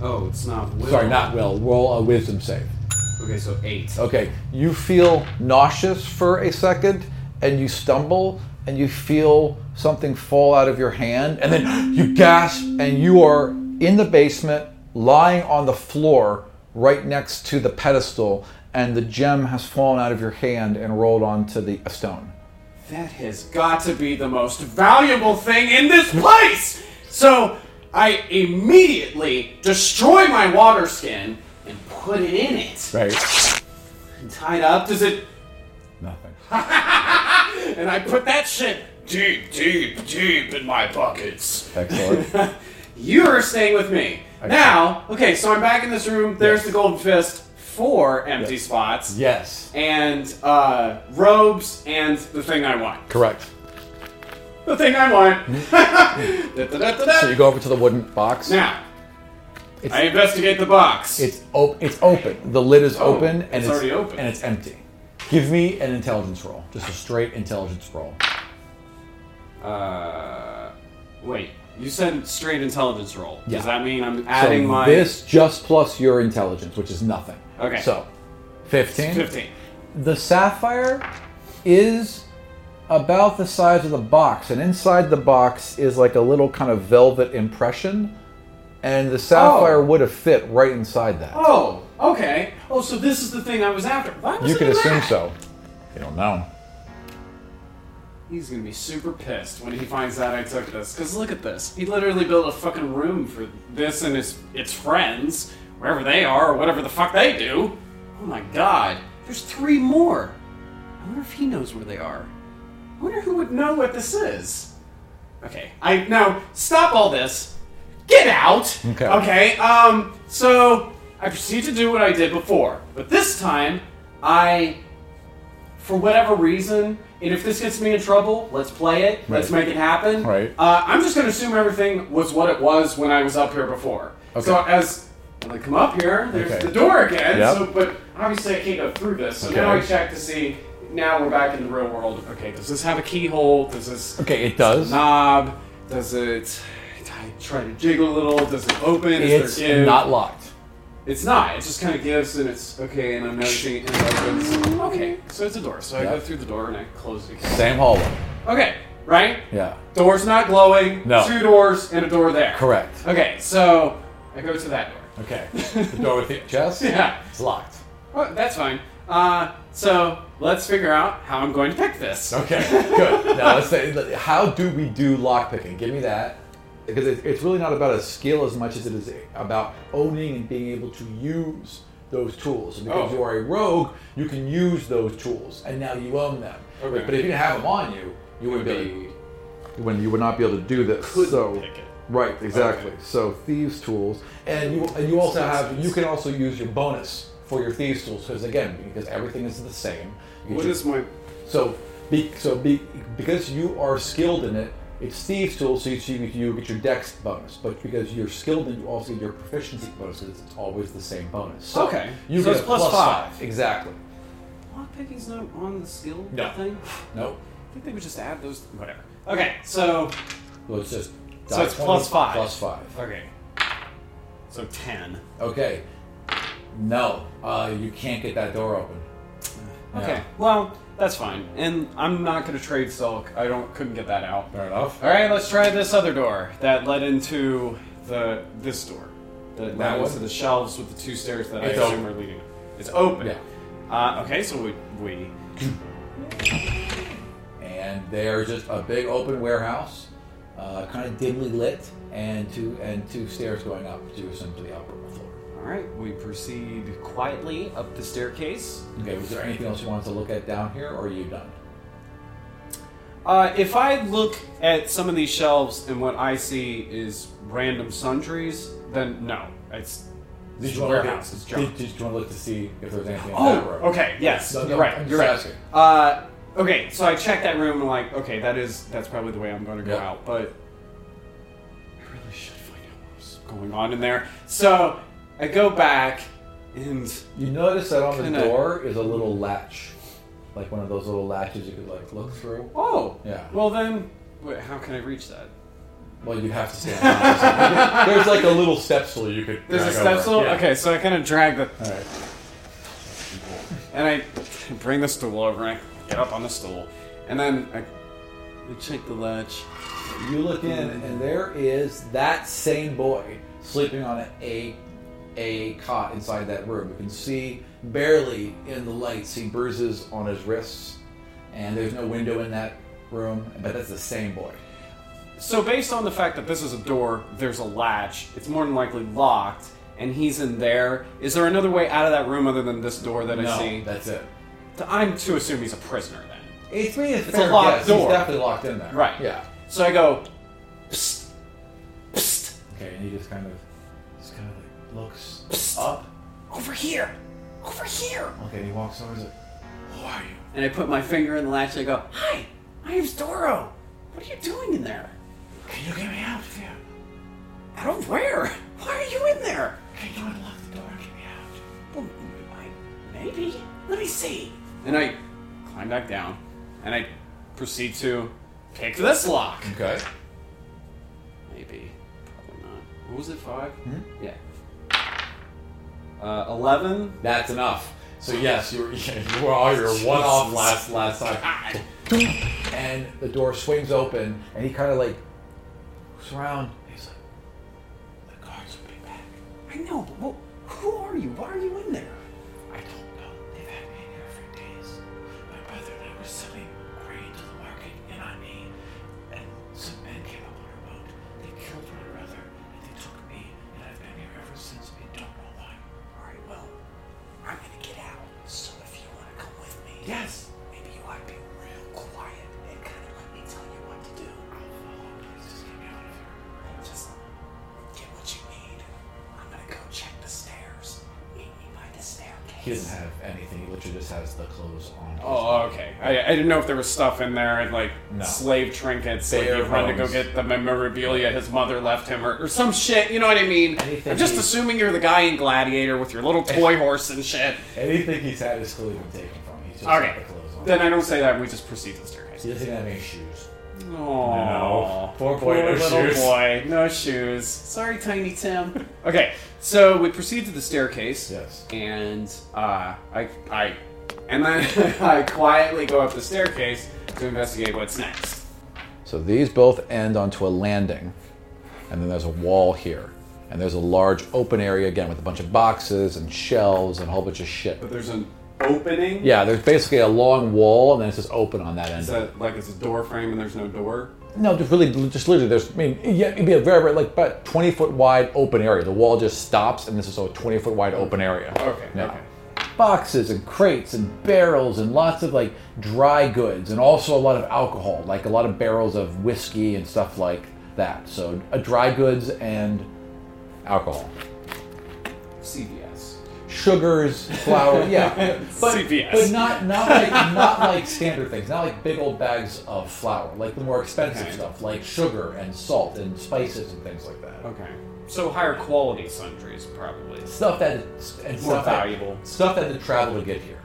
Speaker 3: Oh, it's not will.
Speaker 1: Sorry, not will. Roll a wisdom save.
Speaker 3: Okay, so eight.
Speaker 1: Okay, you feel nauseous for a second, and you stumble, and you feel something fall out of your hand, and then you gasp, and you are in the basement, lying on the floor right next to the pedestal, and the gem has fallen out of your hand and rolled onto the a stone.
Speaker 3: That has got to be the most valuable thing in this place! So I immediately destroy my water skin and put it in it.
Speaker 1: Right.
Speaker 3: And tie it up. Does it.
Speaker 1: Nothing.
Speaker 3: And I put that shit deep, deep, deep in my pockets.
Speaker 1: Excellent.
Speaker 3: You're staying with me. Now, okay, so I'm back in this room. There's
Speaker 1: Yes.
Speaker 3: the golden fist. Four empty spots.
Speaker 1: yes.
Speaker 3: And uh, robes and the thing I want.
Speaker 1: Correct.
Speaker 3: The thing I want.
Speaker 1: Mm-hmm.
Speaker 3: Da, da, da, da, da.
Speaker 1: So you go over to the wooden box.
Speaker 3: Now,
Speaker 1: It's-
Speaker 3: I investigate the box.
Speaker 1: It's op- It's open. The lid is
Speaker 3: Oh,
Speaker 1: open, and
Speaker 3: it's
Speaker 1: it's,
Speaker 3: already open.
Speaker 1: and it's empty. Give me an intelligence roll, just a straight intelligence roll.
Speaker 3: Uh, wait. You said straight intelligence roll.
Speaker 1: Yeah.
Speaker 3: Does that mean I'm adding
Speaker 1: so
Speaker 3: my
Speaker 1: this just plus your intelligence, which is nothing.
Speaker 3: Okay.
Speaker 1: So, fifteen.
Speaker 3: fifteen?
Speaker 1: The sapphire is about the size of the box, and inside the box is like a little kind of velvet impression, and the sapphire would have fit right inside that.
Speaker 3: Oh, okay. Oh, so this is the thing I was after. Why was
Speaker 1: you
Speaker 3: it
Speaker 1: could
Speaker 3: in
Speaker 1: assume
Speaker 3: that?
Speaker 1: so. You don't know.
Speaker 3: He's gonna be super pissed when he finds out I took this. Cause look at this. He literally built a fucking room for this and his its friends, wherever they are or whatever the fuck they do. Oh my god. There's three more. I wonder if he knows where they are. I wonder who would know what this is. Okay. I now stop all this. Get out.
Speaker 1: Okay.
Speaker 3: Okay. Um. So I proceed to do what I did before, but this time I, for whatever reason, and if this gets me in trouble, let's play it. Let's
Speaker 1: Right.
Speaker 3: make it happen.
Speaker 1: Right.
Speaker 3: Uh, I'm just gonna assume everything was what it was when I was up here before.
Speaker 1: Okay.
Speaker 3: So as when I come up here, there's
Speaker 1: Okay.
Speaker 3: the door again.
Speaker 1: Yep.
Speaker 3: So, but obviously I can't go through this. So
Speaker 1: Okay.
Speaker 3: now I check to see. Now we're back in the real world. Okay, does this have a keyhole? Does this
Speaker 1: Okay, it does.
Speaker 3: knob? Does it? I try to jiggle a little. Does it open?
Speaker 1: it's
Speaker 3: Is there give?
Speaker 1: not locked.
Speaker 3: It's not. It just kind of gives, and it's okay. And I'm noticing it, and it opens. Okay, so it's a door. So
Speaker 1: Yeah.
Speaker 3: I go through the door and I close it. Again.
Speaker 1: Same hallway.
Speaker 3: Okay, right?
Speaker 1: Yeah.
Speaker 3: Door's not glowing.
Speaker 1: No.
Speaker 3: Two doors and a door there.
Speaker 1: Correct.
Speaker 3: Okay, so I go to that door.
Speaker 1: Okay. The door with the chest?
Speaker 3: Yeah.
Speaker 1: It's locked.
Speaker 3: Well, that's fine. Uh, so let's figure out how I'm going to pick this.
Speaker 1: Okay, good. Now let's say, how do we do lockpicking? Give me that. Because it- it's really not about a skill as much as it is about owning and being able to use those tools. And because
Speaker 3: Oh.
Speaker 1: you are a rogue, you can use those tools, and now you own them.
Speaker 3: Okay.
Speaker 1: But if you didn't have them on you, you would
Speaker 3: Would
Speaker 1: be,
Speaker 3: be
Speaker 1: when you would not be able to do this.
Speaker 3: Couldn't
Speaker 1: so
Speaker 3: pick it.
Speaker 1: right, exactly. So thieves tools, and you and you also have you can also use your bonus for your thieves tools because again because everything is the same. You
Speaker 3: what
Speaker 1: ju-
Speaker 3: is my?
Speaker 1: so be, so be, because you are skilled in it. It's thieves tools, so you, so you- you get your dex bonus, but because you're skilled in, it, you also get your proficiency bonus. 'cause It's always the same bonus. So
Speaker 3: Okay.
Speaker 1: you
Speaker 3: So
Speaker 1: get
Speaker 3: it's
Speaker 1: a
Speaker 3: plus
Speaker 1: five.
Speaker 3: five.
Speaker 1: exactly.
Speaker 3: Lockpicking's not on the skill
Speaker 1: No.
Speaker 3: thing.
Speaker 1: Nope.
Speaker 3: I think they would just add those. Whatever. Okay, so
Speaker 1: Well, it's just
Speaker 3: So
Speaker 1: die
Speaker 3: it's plus five.
Speaker 1: Plus five.
Speaker 3: okay, so ten.
Speaker 1: Okay. No, uh, you can't get that door open.
Speaker 3: Okay.
Speaker 1: Yeah.
Speaker 3: Well, that's fine. And I'm not gonna trade silk. I don't couldn't get that out.
Speaker 1: Fair enough.
Speaker 3: All right, let's try this other door that led into the this door
Speaker 1: That
Speaker 3: that led
Speaker 1: one?
Speaker 3: into the shelves with the two stairs that
Speaker 1: It's
Speaker 3: I assume
Speaker 1: open.
Speaker 3: are leading. It's open.
Speaker 1: Yeah.
Speaker 3: Uh, okay, so we we
Speaker 1: And they're just a big open warehouse, uh, kind of dimly lit, and two and two stairs going up to essentially the upper floor.
Speaker 3: all right we proceed quietly up the staircase.
Speaker 1: Okay. Was there anything else you wanted to look at down here, or are you done?
Speaker 3: Uh, if I look at some of these shelves and what I see is random sundries, then no, it's it's
Speaker 1: wanna look
Speaker 3: warehouse.
Speaker 1: at-
Speaker 3: It's junk.
Speaker 1: Did, did you want to look to see if there was anything? in
Speaker 3: Oh,
Speaker 1: that room?
Speaker 3: okay. Yes,
Speaker 1: No, no,
Speaker 3: you're right.
Speaker 1: I'm just
Speaker 3: You're right.
Speaker 1: asking.
Speaker 3: Uh, okay, so I check that room and I'm like, okay, that is that's probably the way I'm going to go
Speaker 1: Yeah.
Speaker 3: out. But going on in there. So I go back and
Speaker 1: You notice that on the
Speaker 3: Kinda-
Speaker 1: door is a little latch, like one of those little latches you could like look through.
Speaker 3: oh
Speaker 1: Yeah.
Speaker 3: Well then, wait, how can I reach that?
Speaker 1: Well, you have to stand. on it. There's like a little step stool you could.
Speaker 3: There's a
Speaker 1: drag
Speaker 3: step
Speaker 1: over.
Speaker 3: stool.
Speaker 1: Yeah.
Speaker 3: Okay, so I kind of drag the
Speaker 1: All right.
Speaker 3: and I bring the stool over and I get up on the stool and then I, I check the latch.
Speaker 1: You look in, and there is that same boy sleeping on a a cot inside that room. You can see barely in the light, see bruises on his wrists, and there's no window in that room. But that's the same boy.
Speaker 3: So based on the fact that this is a door, there's a latch. It's more than likely locked, and he's in there. Is there another way out of that room other than this door that I see?
Speaker 1: that's it.
Speaker 3: I'm to assume he's a prisoner then.
Speaker 1: It's me. It's,
Speaker 3: a locked door.
Speaker 1: He's definitely locked in there.
Speaker 3: Right.
Speaker 1: Yeah.
Speaker 3: So I go, psst, psst,
Speaker 1: Okay, and he just kind of, just kind of like looks
Speaker 3: Psst.
Speaker 1: up.
Speaker 3: over here, over here.
Speaker 1: Okay, and he walks over. He's like, "Who are you?"
Speaker 3: And I put my finger in the latch. and I go, hi, my name's Doro. What are you doing in there?
Speaker 1: Can you get me out of here?
Speaker 3: Out of where? Why are you in there?
Speaker 1: Can you unlock the door and get me out?
Speaker 3: Well, I, maybe. Let me see. And I climb back down, and I proceed to pick this lock.
Speaker 1: Okay.
Speaker 3: Maybe. Probably not. What was it, 5
Speaker 1: Hmm?
Speaker 3: Yeah. Uh, 11?
Speaker 1: That's enough. So yes, you were, you were all your one off last last time. And the door swings open, and he kind of like looks around. He's like, "The guards will be back."
Speaker 3: I know, but what, who are you? Why are you in there?
Speaker 1: I don't know. They've had me here for days. My brother and I were selling grain to the market in Ani, and some men came up on our boat. They killed my brother, and they took me, and I've been here ever since. We don't know why.
Speaker 3: All right, well, I'm gonna get out. So if you wanna come with me, yes, maybe you ought to be real quiet and kind of let me tell you what to do. I'll follow. Please just get me out of here. Just get what you need. I'm gonna go check the stairs. Meet me by the staircase.
Speaker 1: He doesn't have anything. He literally just has the clothes on.
Speaker 3: Oh, okay. I, I didn't know if there was stuff in there, and like
Speaker 1: No.
Speaker 3: slave trinkets. Like
Speaker 1: Bare
Speaker 3: he wanted to go
Speaker 1: bones.
Speaker 3: get the memorabilia his mother left him, or, or some shit. You know what I mean?
Speaker 1: Anything
Speaker 3: I'm just
Speaker 1: he-
Speaker 3: assuming you're the guy in Gladiator with your little toy horse and shit.
Speaker 1: Anything he's had is clearly been taken from. him. He's just got
Speaker 3: Okay.
Speaker 1: the clothes on.
Speaker 3: Then I don't say that. We just proceed to the staircase.
Speaker 1: he doesn't have any shoes.
Speaker 3: Aww.
Speaker 1: know. Poor boy, no
Speaker 3: little
Speaker 1: shoes.
Speaker 3: boy. No shoes. Sorry, Tiny Tim. okay, so we proceed to the staircase.
Speaker 1: Yes.
Speaker 3: and uh, I, I, and then I quietly go up the staircase to investigate what's next.
Speaker 1: So these both end onto a landing, and then there's a wall here. And there's a large open area again with a bunch of boxes and shelves and a whole bunch of shit.
Speaker 3: But there's an opening.
Speaker 1: Yeah, there's basically a long wall, and then it's just open on that end.
Speaker 3: Is that like it's a door frame and there's no door?
Speaker 1: no, just really, just literally, there's. I mean, yeah, it'd be a very, very like about 20 foot wide open area. The wall just stops, and this is a 20 foot wide open area.
Speaker 3: Okay.
Speaker 1: Yeah.
Speaker 3: Okay.
Speaker 1: boxes and crates and barrels and lots of like dry goods and also a lot of alcohol, like a lot of barrels of whiskey and stuff like that. So uh, dry goods and alcohol,
Speaker 3: CVS.
Speaker 1: sugars, flour, yeah, but,
Speaker 3: CVS.
Speaker 1: but not not like not like standard things, not like big old bags of flour, like the more expensive
Speaker 3: Okay.
Speaker 1: stuff, like sugar and salt and spices and things like that.
Speaker 3: Okay. So higher quality sundries probably.
Speaker 1: Stuff that and
Speaker 3: More
Speaker 1: stuff that-
Speaker 3: valuable.
Speaker 1: stuff that the traveler get here.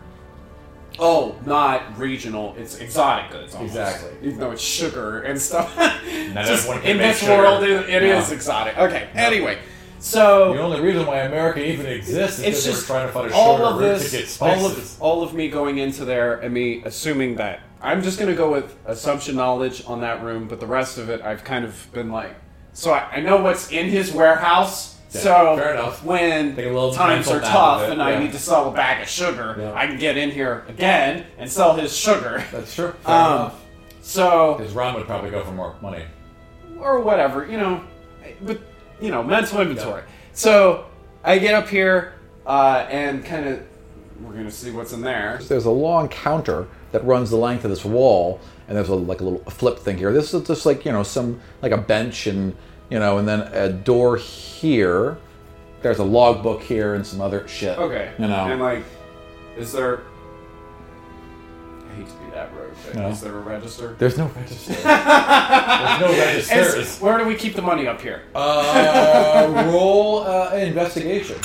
Speaker 3: Oh, not regional. It's exotic goods. Almost.
Speaker 1: Exactly.
Speaker 3: Even though it's sugar and stuff. Just
Speaker 1: everyone can
Speaker 3: in
Speaker 1: make
Speaker 3: this
Speaker 1: sugar.
Speaker 3: world, it, it is
Speaker 1: No.
Speaker 3: exotic. Okay. Anyway, so
Speaker 1: The only reason why America even exists is because
Speaker 3: it's
Speaker 1: they
Speaker 3: just
Speaker 1: were trying to find a
Speaker 3: all
Speaker 1: shorter
Speaker 3: of
Speaker 1: route
Speaker 3: this,
Speaker 1: to get spices.
Speaker 3: all of all of me going into there and me assuming that I'm just gonna go with assumption knowledge on that room, but the rest of it I've kind of been like, so I, I know what's in his warehouse.
Speaker 1: Yeah,
Speaker 3: so
Speaker 1: fair enough.
Speaker 3: when
Speaker 1: Take a little
Speaker 3: times
Speaker 1: mental
Speaker 3: are
Speaker 1: map
Speaker 3: tough
Speaker 1: of it,
Speaker 3: and
Speaker 1: yeah.
Speaker 3: I need to sell a bag of sugar,
Speaker 1: Yeah.
Speaker 3: I can get in here again and sell his sugar.
Speaker 1: That's true.
Speaker 3: Um, So
Speaker 1: Because Ron would probably go for more money.
Speaker 3: or whatever, you know, but you know, mental inventory. So I get up here uh, and kind of we're gonna see what's in there.
Speaker 1: There's a long counter that runs the length of this wall, and there's a, like a little flip thing here. This is just like you know some like a bench and you know, and then a door here. There's a logbook here and some other shit.
Speaker 3: Okay.
Speaker 1: You know.
Speaker 3: And like, is there? I need to be that rogue. but
Speaker 1: No.
Speaker 3: Is there a register?
Speaker 1: There's no register.
Speaker 6: There's no
Speaker 3: It's-
Speaker 6: registers.
Speaker 3: where do we keep the money up here?
Speaker 1: Uh, roll uh, an investigation.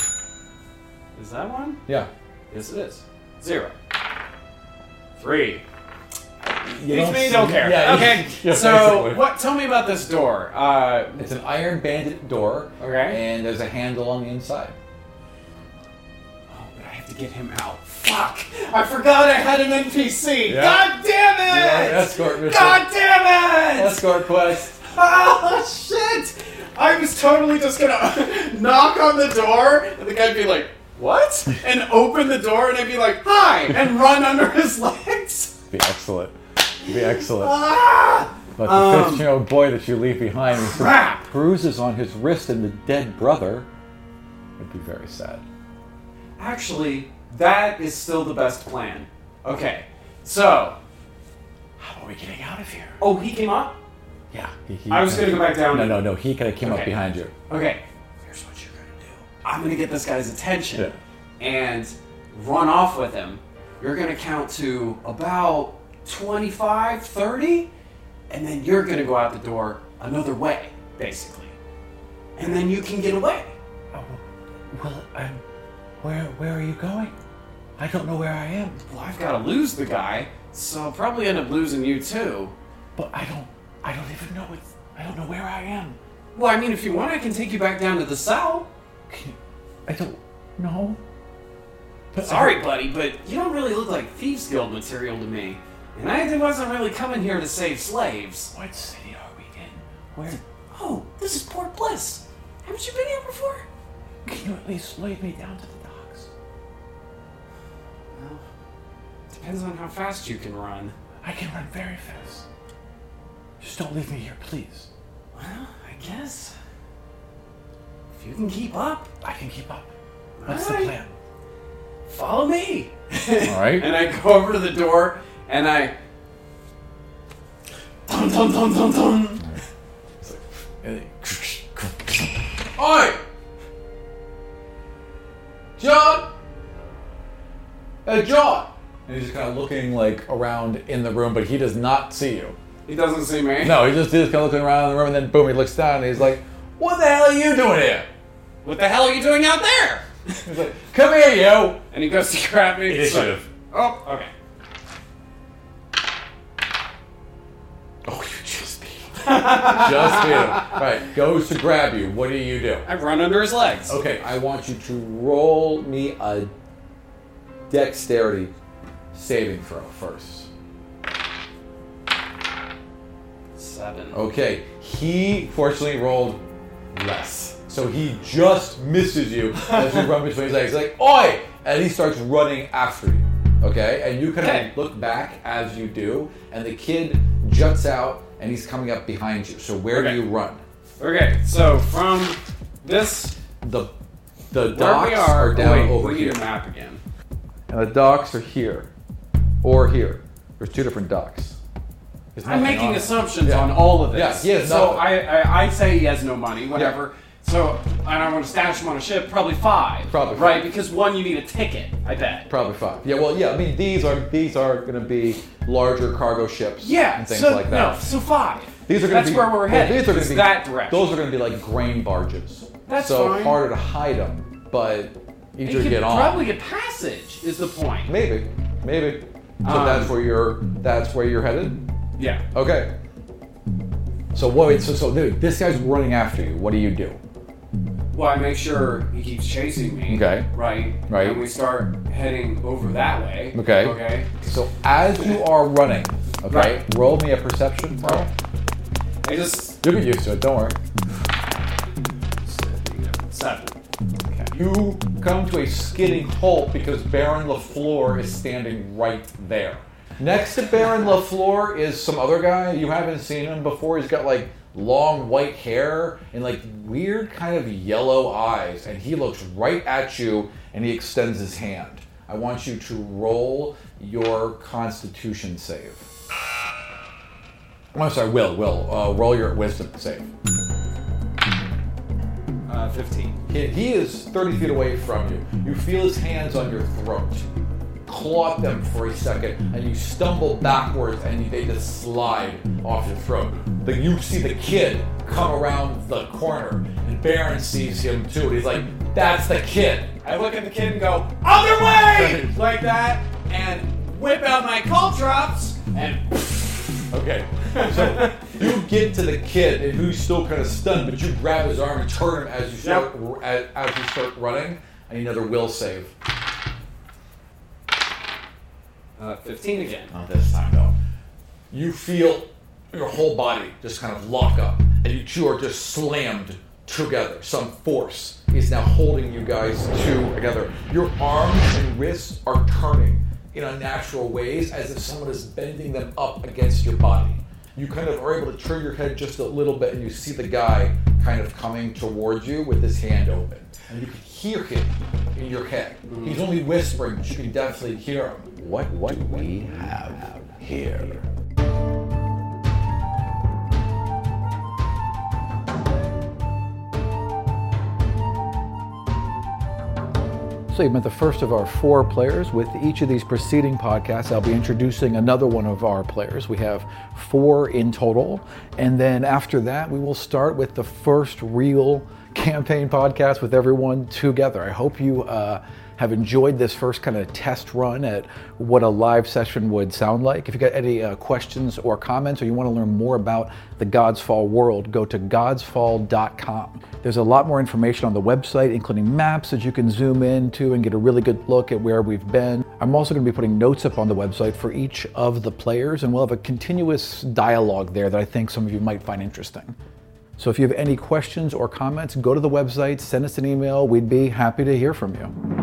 Speaker 3: Is that one?
Speaker 1: Yeah.
Speaker 3: Yes, it is. Zero. Three.
Speaker 1: You
Speaker 3: Each me, don't care.
Speaker 1: Yeah,
Speaker 3: okay.
Speaker 1: yeah,
Speaker 3: so,
Speaker 1: basically.
Speaker 3: what? Tell me about this door. Uh,
Speaker 1: It's an iron banded door.
Speaker 3: Okay.
Speaker 1: And there's a handle on the inside.
Speaker 3: oh, but I have to get him out. Fuck! I forgot I had an NPC. God damn it!
Speaker 1: Yeah, escort mission.
Speaker 3: God damn it!
Speaker 1: Escort quest.
Speaker 3: Oh shit! I was totally just gonna knock on the door, and the guy'd be like, "What?" and open the door, and I'd be like, "Hi!" and run under his legs.
Speaker 1: Be excellent. Be excellent.
Speaker 3: Ah!
Speaker 1: But the 15 year old boy that you leave behind with some
Speaker 3: Crap!
Speaker 1: bruises on his wrist and the dead brother would be very sad.
Speaker 3: Actually, that is still the best plan. Okay, so
Speaker 1: How are we getting out of here?
Speaker 3: oh, he came up.
Speaker 1: Yeah. He, he,
Speaker 3: I was gonna go back down.
Speaker 1: No, no, no. He kind of came up
Speaker 3: Okay.
Speaker 1: behind you.
Speaker 3: Okay, here's what you're gonna do. I'm gonna get this guy's attention
Speaker 1: Yeah.
Speaker 3: and run off with him. You're gonna count to about 25, 30, and then you're gonna go out the door another way, basically. And then you can get away.
Speaker 1: Well, I'm, where, where are you going? I don't know where I am,
Speaker 3: Well, I've gotta lose the guy, so I'll probably end up losing you too.
Speaker 1: but I don't, I don't even know it's, I don't know where I am.
Speaker 3: Well, I mean, if you want, I can take you back down to the cell.
Speaker 1: I don't know. But
Speaker 3: Sorry, buddy, but you don't really look like Thieves Guild material to me. And I wasn't really coming here to save slaves.
Speaker 1: what city are we in? Where?
Speaker 3: Oh, this is Port Bliss. Haven't you been here before?
Speaker 1: Can you at least lead me down to the docks?
Speaker 3: Depends on how fast you can run.
Speaker 1: I can run very fast. Just don't leave me here, please.
Speaker 3: Well, I guess. If you can keep up,
Speaker 1: I can keep up. What's
Speaker 3: Alright.
Speaker 1: the plan?
Speaker 3: follow me.
Speaker 1: All right.
Speaker 3: And I go over to the door and I. Dum dum dum dum dum.
Speaker 1: Oi! John! Hey, John! And he's just kind of looking like around in the room, but he does not see you.
Speaker 3: He doesn't see me.
Speaker 1: No, he just is kind of looking around the room, and then boom, he looks down and he's like, "What the hell are you doing here?
Speaker 3: What the hell are you doing out there?
Speaker 1: He's like, Come here, you!"
Speaker 3: And he goes to grab me. He's like, Oh, okay.
Speaker 1: Oh, you just beat him. just beat him. Right, goes to grab you. What do you do?
Speaker 3: I run under his legs.
Speaker 1: Okay, I want you to roll me a dexterity saving throw first.
Speaker 3: Seven.
Speaker 1: Okay, he fortunately rolled less. So he just misses you as you run between his legs. He's like, oi! And he starts running after you. Okay? And you kind
Speaker 3: Okay.
Speaker 1: of look back as you do, and the kid juts out and he's coming up behind you. So where
Speaker 3: Okay.
Speaker 1: do you run?
Speaker 3: Okay, so from this,
Speaker 1: The the
Speaker 3: where
Speaker 1: docks
Speaker 3: we are,
Speaker 1: are down
Speaker 3: wait,
Speaker 1: over
Speaker 3: we
Speaker 1: here.
Speaker 3: need a map again.
Speaker 1: And the docks are here. Or here. There's two different docks. There's
Speaker 3: I'm
Speaker 1: nothing
Speaker 3: making
Speaker 1: on it.
Speaker 3: assumptions
Speaker 1: Yeah.
Speaker 3: on all of
Speaker 1: Yeah,
Speaker 3: this.
Speaker 1: he has
Speaker 3: so
Speaker 1: nothing.
Speaker 3: I, I I say he has no money, whatever. So and I want to stash him on a ship, probably five.
Speaker 1: Probably
Speaker 3: right
Speaker 1: five.
Speaker 3: because one you need a ticket. I bet.
Speaker 1: Probably five. Yeah, well, yeah. I mean, these are these are going to be larger cargo ships.
Speaker 3: Yeah.
Speaker 1: and things
Speaker 3: so,
Speaker 1: like
Speaker 3: No,
Speaker 1: that.
Speaker 3: so five.
Speaker 1: These are going
Speaker 3: That's
Speaker 1: to be.
Speaker 3: where we're
Speaker 1: well,
Speaker 3: headed.
Speaker 1: These are going
Speaker 3: It's
Speaker 1: to be
Speaker 3: that direction.
Speaker 1: Those are going to be like grain barges.
Speaker 3: That's
Speaker 1: so
Speaker 3: fine.
Speaker 1: harder to hide them, but
Speaker 3: You
Speaker 1: easier
Speaker 3: could
Speaker 1: to get on.
Speaker 3: probably get passage is the point.
Speaker 1: Maybe, maybe. So
Speaker 3: Um,
Speaker 1: that's where you're. That's where you're headed.
Speaker 3: Yeah.
Speaker 1: Okay. So wait. So so dude, this guy's running after you. What do you do?
Speaker 3: Well, I make sure he keeps chasing me.
Speaker 1: Okay.
Speaker 3: Right.
Speaker 1: Right.
Speaker 3: And we start heading over that way.
Speaker 1: Okay.
Speaker 3: Okay.
Speaker 1: So as you are running, okay,
Speaker 3: Right.
Speaker 1: roll me a perception. Bro.
Speaker 3: I just
Speaker 1: You'll get used to it. Don't worry.
Speaker 3: seven.
Speaker 1: You come to a skidding halt because Baron LaFleur is standing right there. Next to Baron LaFleur is some other guy. You haven't seen him before. He's got like long white hair and like weird kind of yellow eyes. And he looks right at you and he extends his hand. I want you to roll your constitution save. I'm sorry, Will, Will. Uh, roll your wisdom save.
Speaker 3: Uh, Fifteen.
Speaker 1: He, he is 30 feet away from you. You feel his hands on your throat.
Speaker 7: claw at them for a second, and you stumble backwards, and you- they just slide off your throat. But you see the kid come around the corner, and Baron sees him too, and he's like, "That's the kid."
Speaker 5: I look at the kid and go, other way! Like that, and whip out my call drops, and
Speaker 7: Okay. So you get to the kid and who's still kind of stunned, but you grab his arm and turn him as you start as, as you start running. I need another will save.
Speaker 5: uh, 15 again.
Speaker 7: Not this time though. You feel your whole body just kind of lock up, and you two are just slammed together. Some force is now holding you guys two together. Your arms and wrists are turning in unnatural ways, as if someone is bending them up against your body. You kind of are able to turn your head just a little bit, and you see the guy kind of coming towards you with his hand open, and you can hear him in your head. He's only whispering, but you can definitely hear him.
Speaker 1: What what we have here? So you've met the first of our four players. With each of these preceding podcasts, I'll be introducing another one of our players. We have four in total, and then after that, we will start with the first real campaign podcast with everyone together. I hope you uh, have enjoyed this first kind of test run at what a live session would sound like. If you got any uh, questions or comments, or you want to learn more about the God's Fall world, go to godsfall.com. There's a lot more information on the website, including maps that you can zoom into and get a really good look at where we've been. I'm also going to be putting notes up on the website for each of the players, and we'll have a continuous dialogue there that I think some of you might find interesting. So if you have any questions or comments, go to the website, send us an email. We'd be happy to hear from you.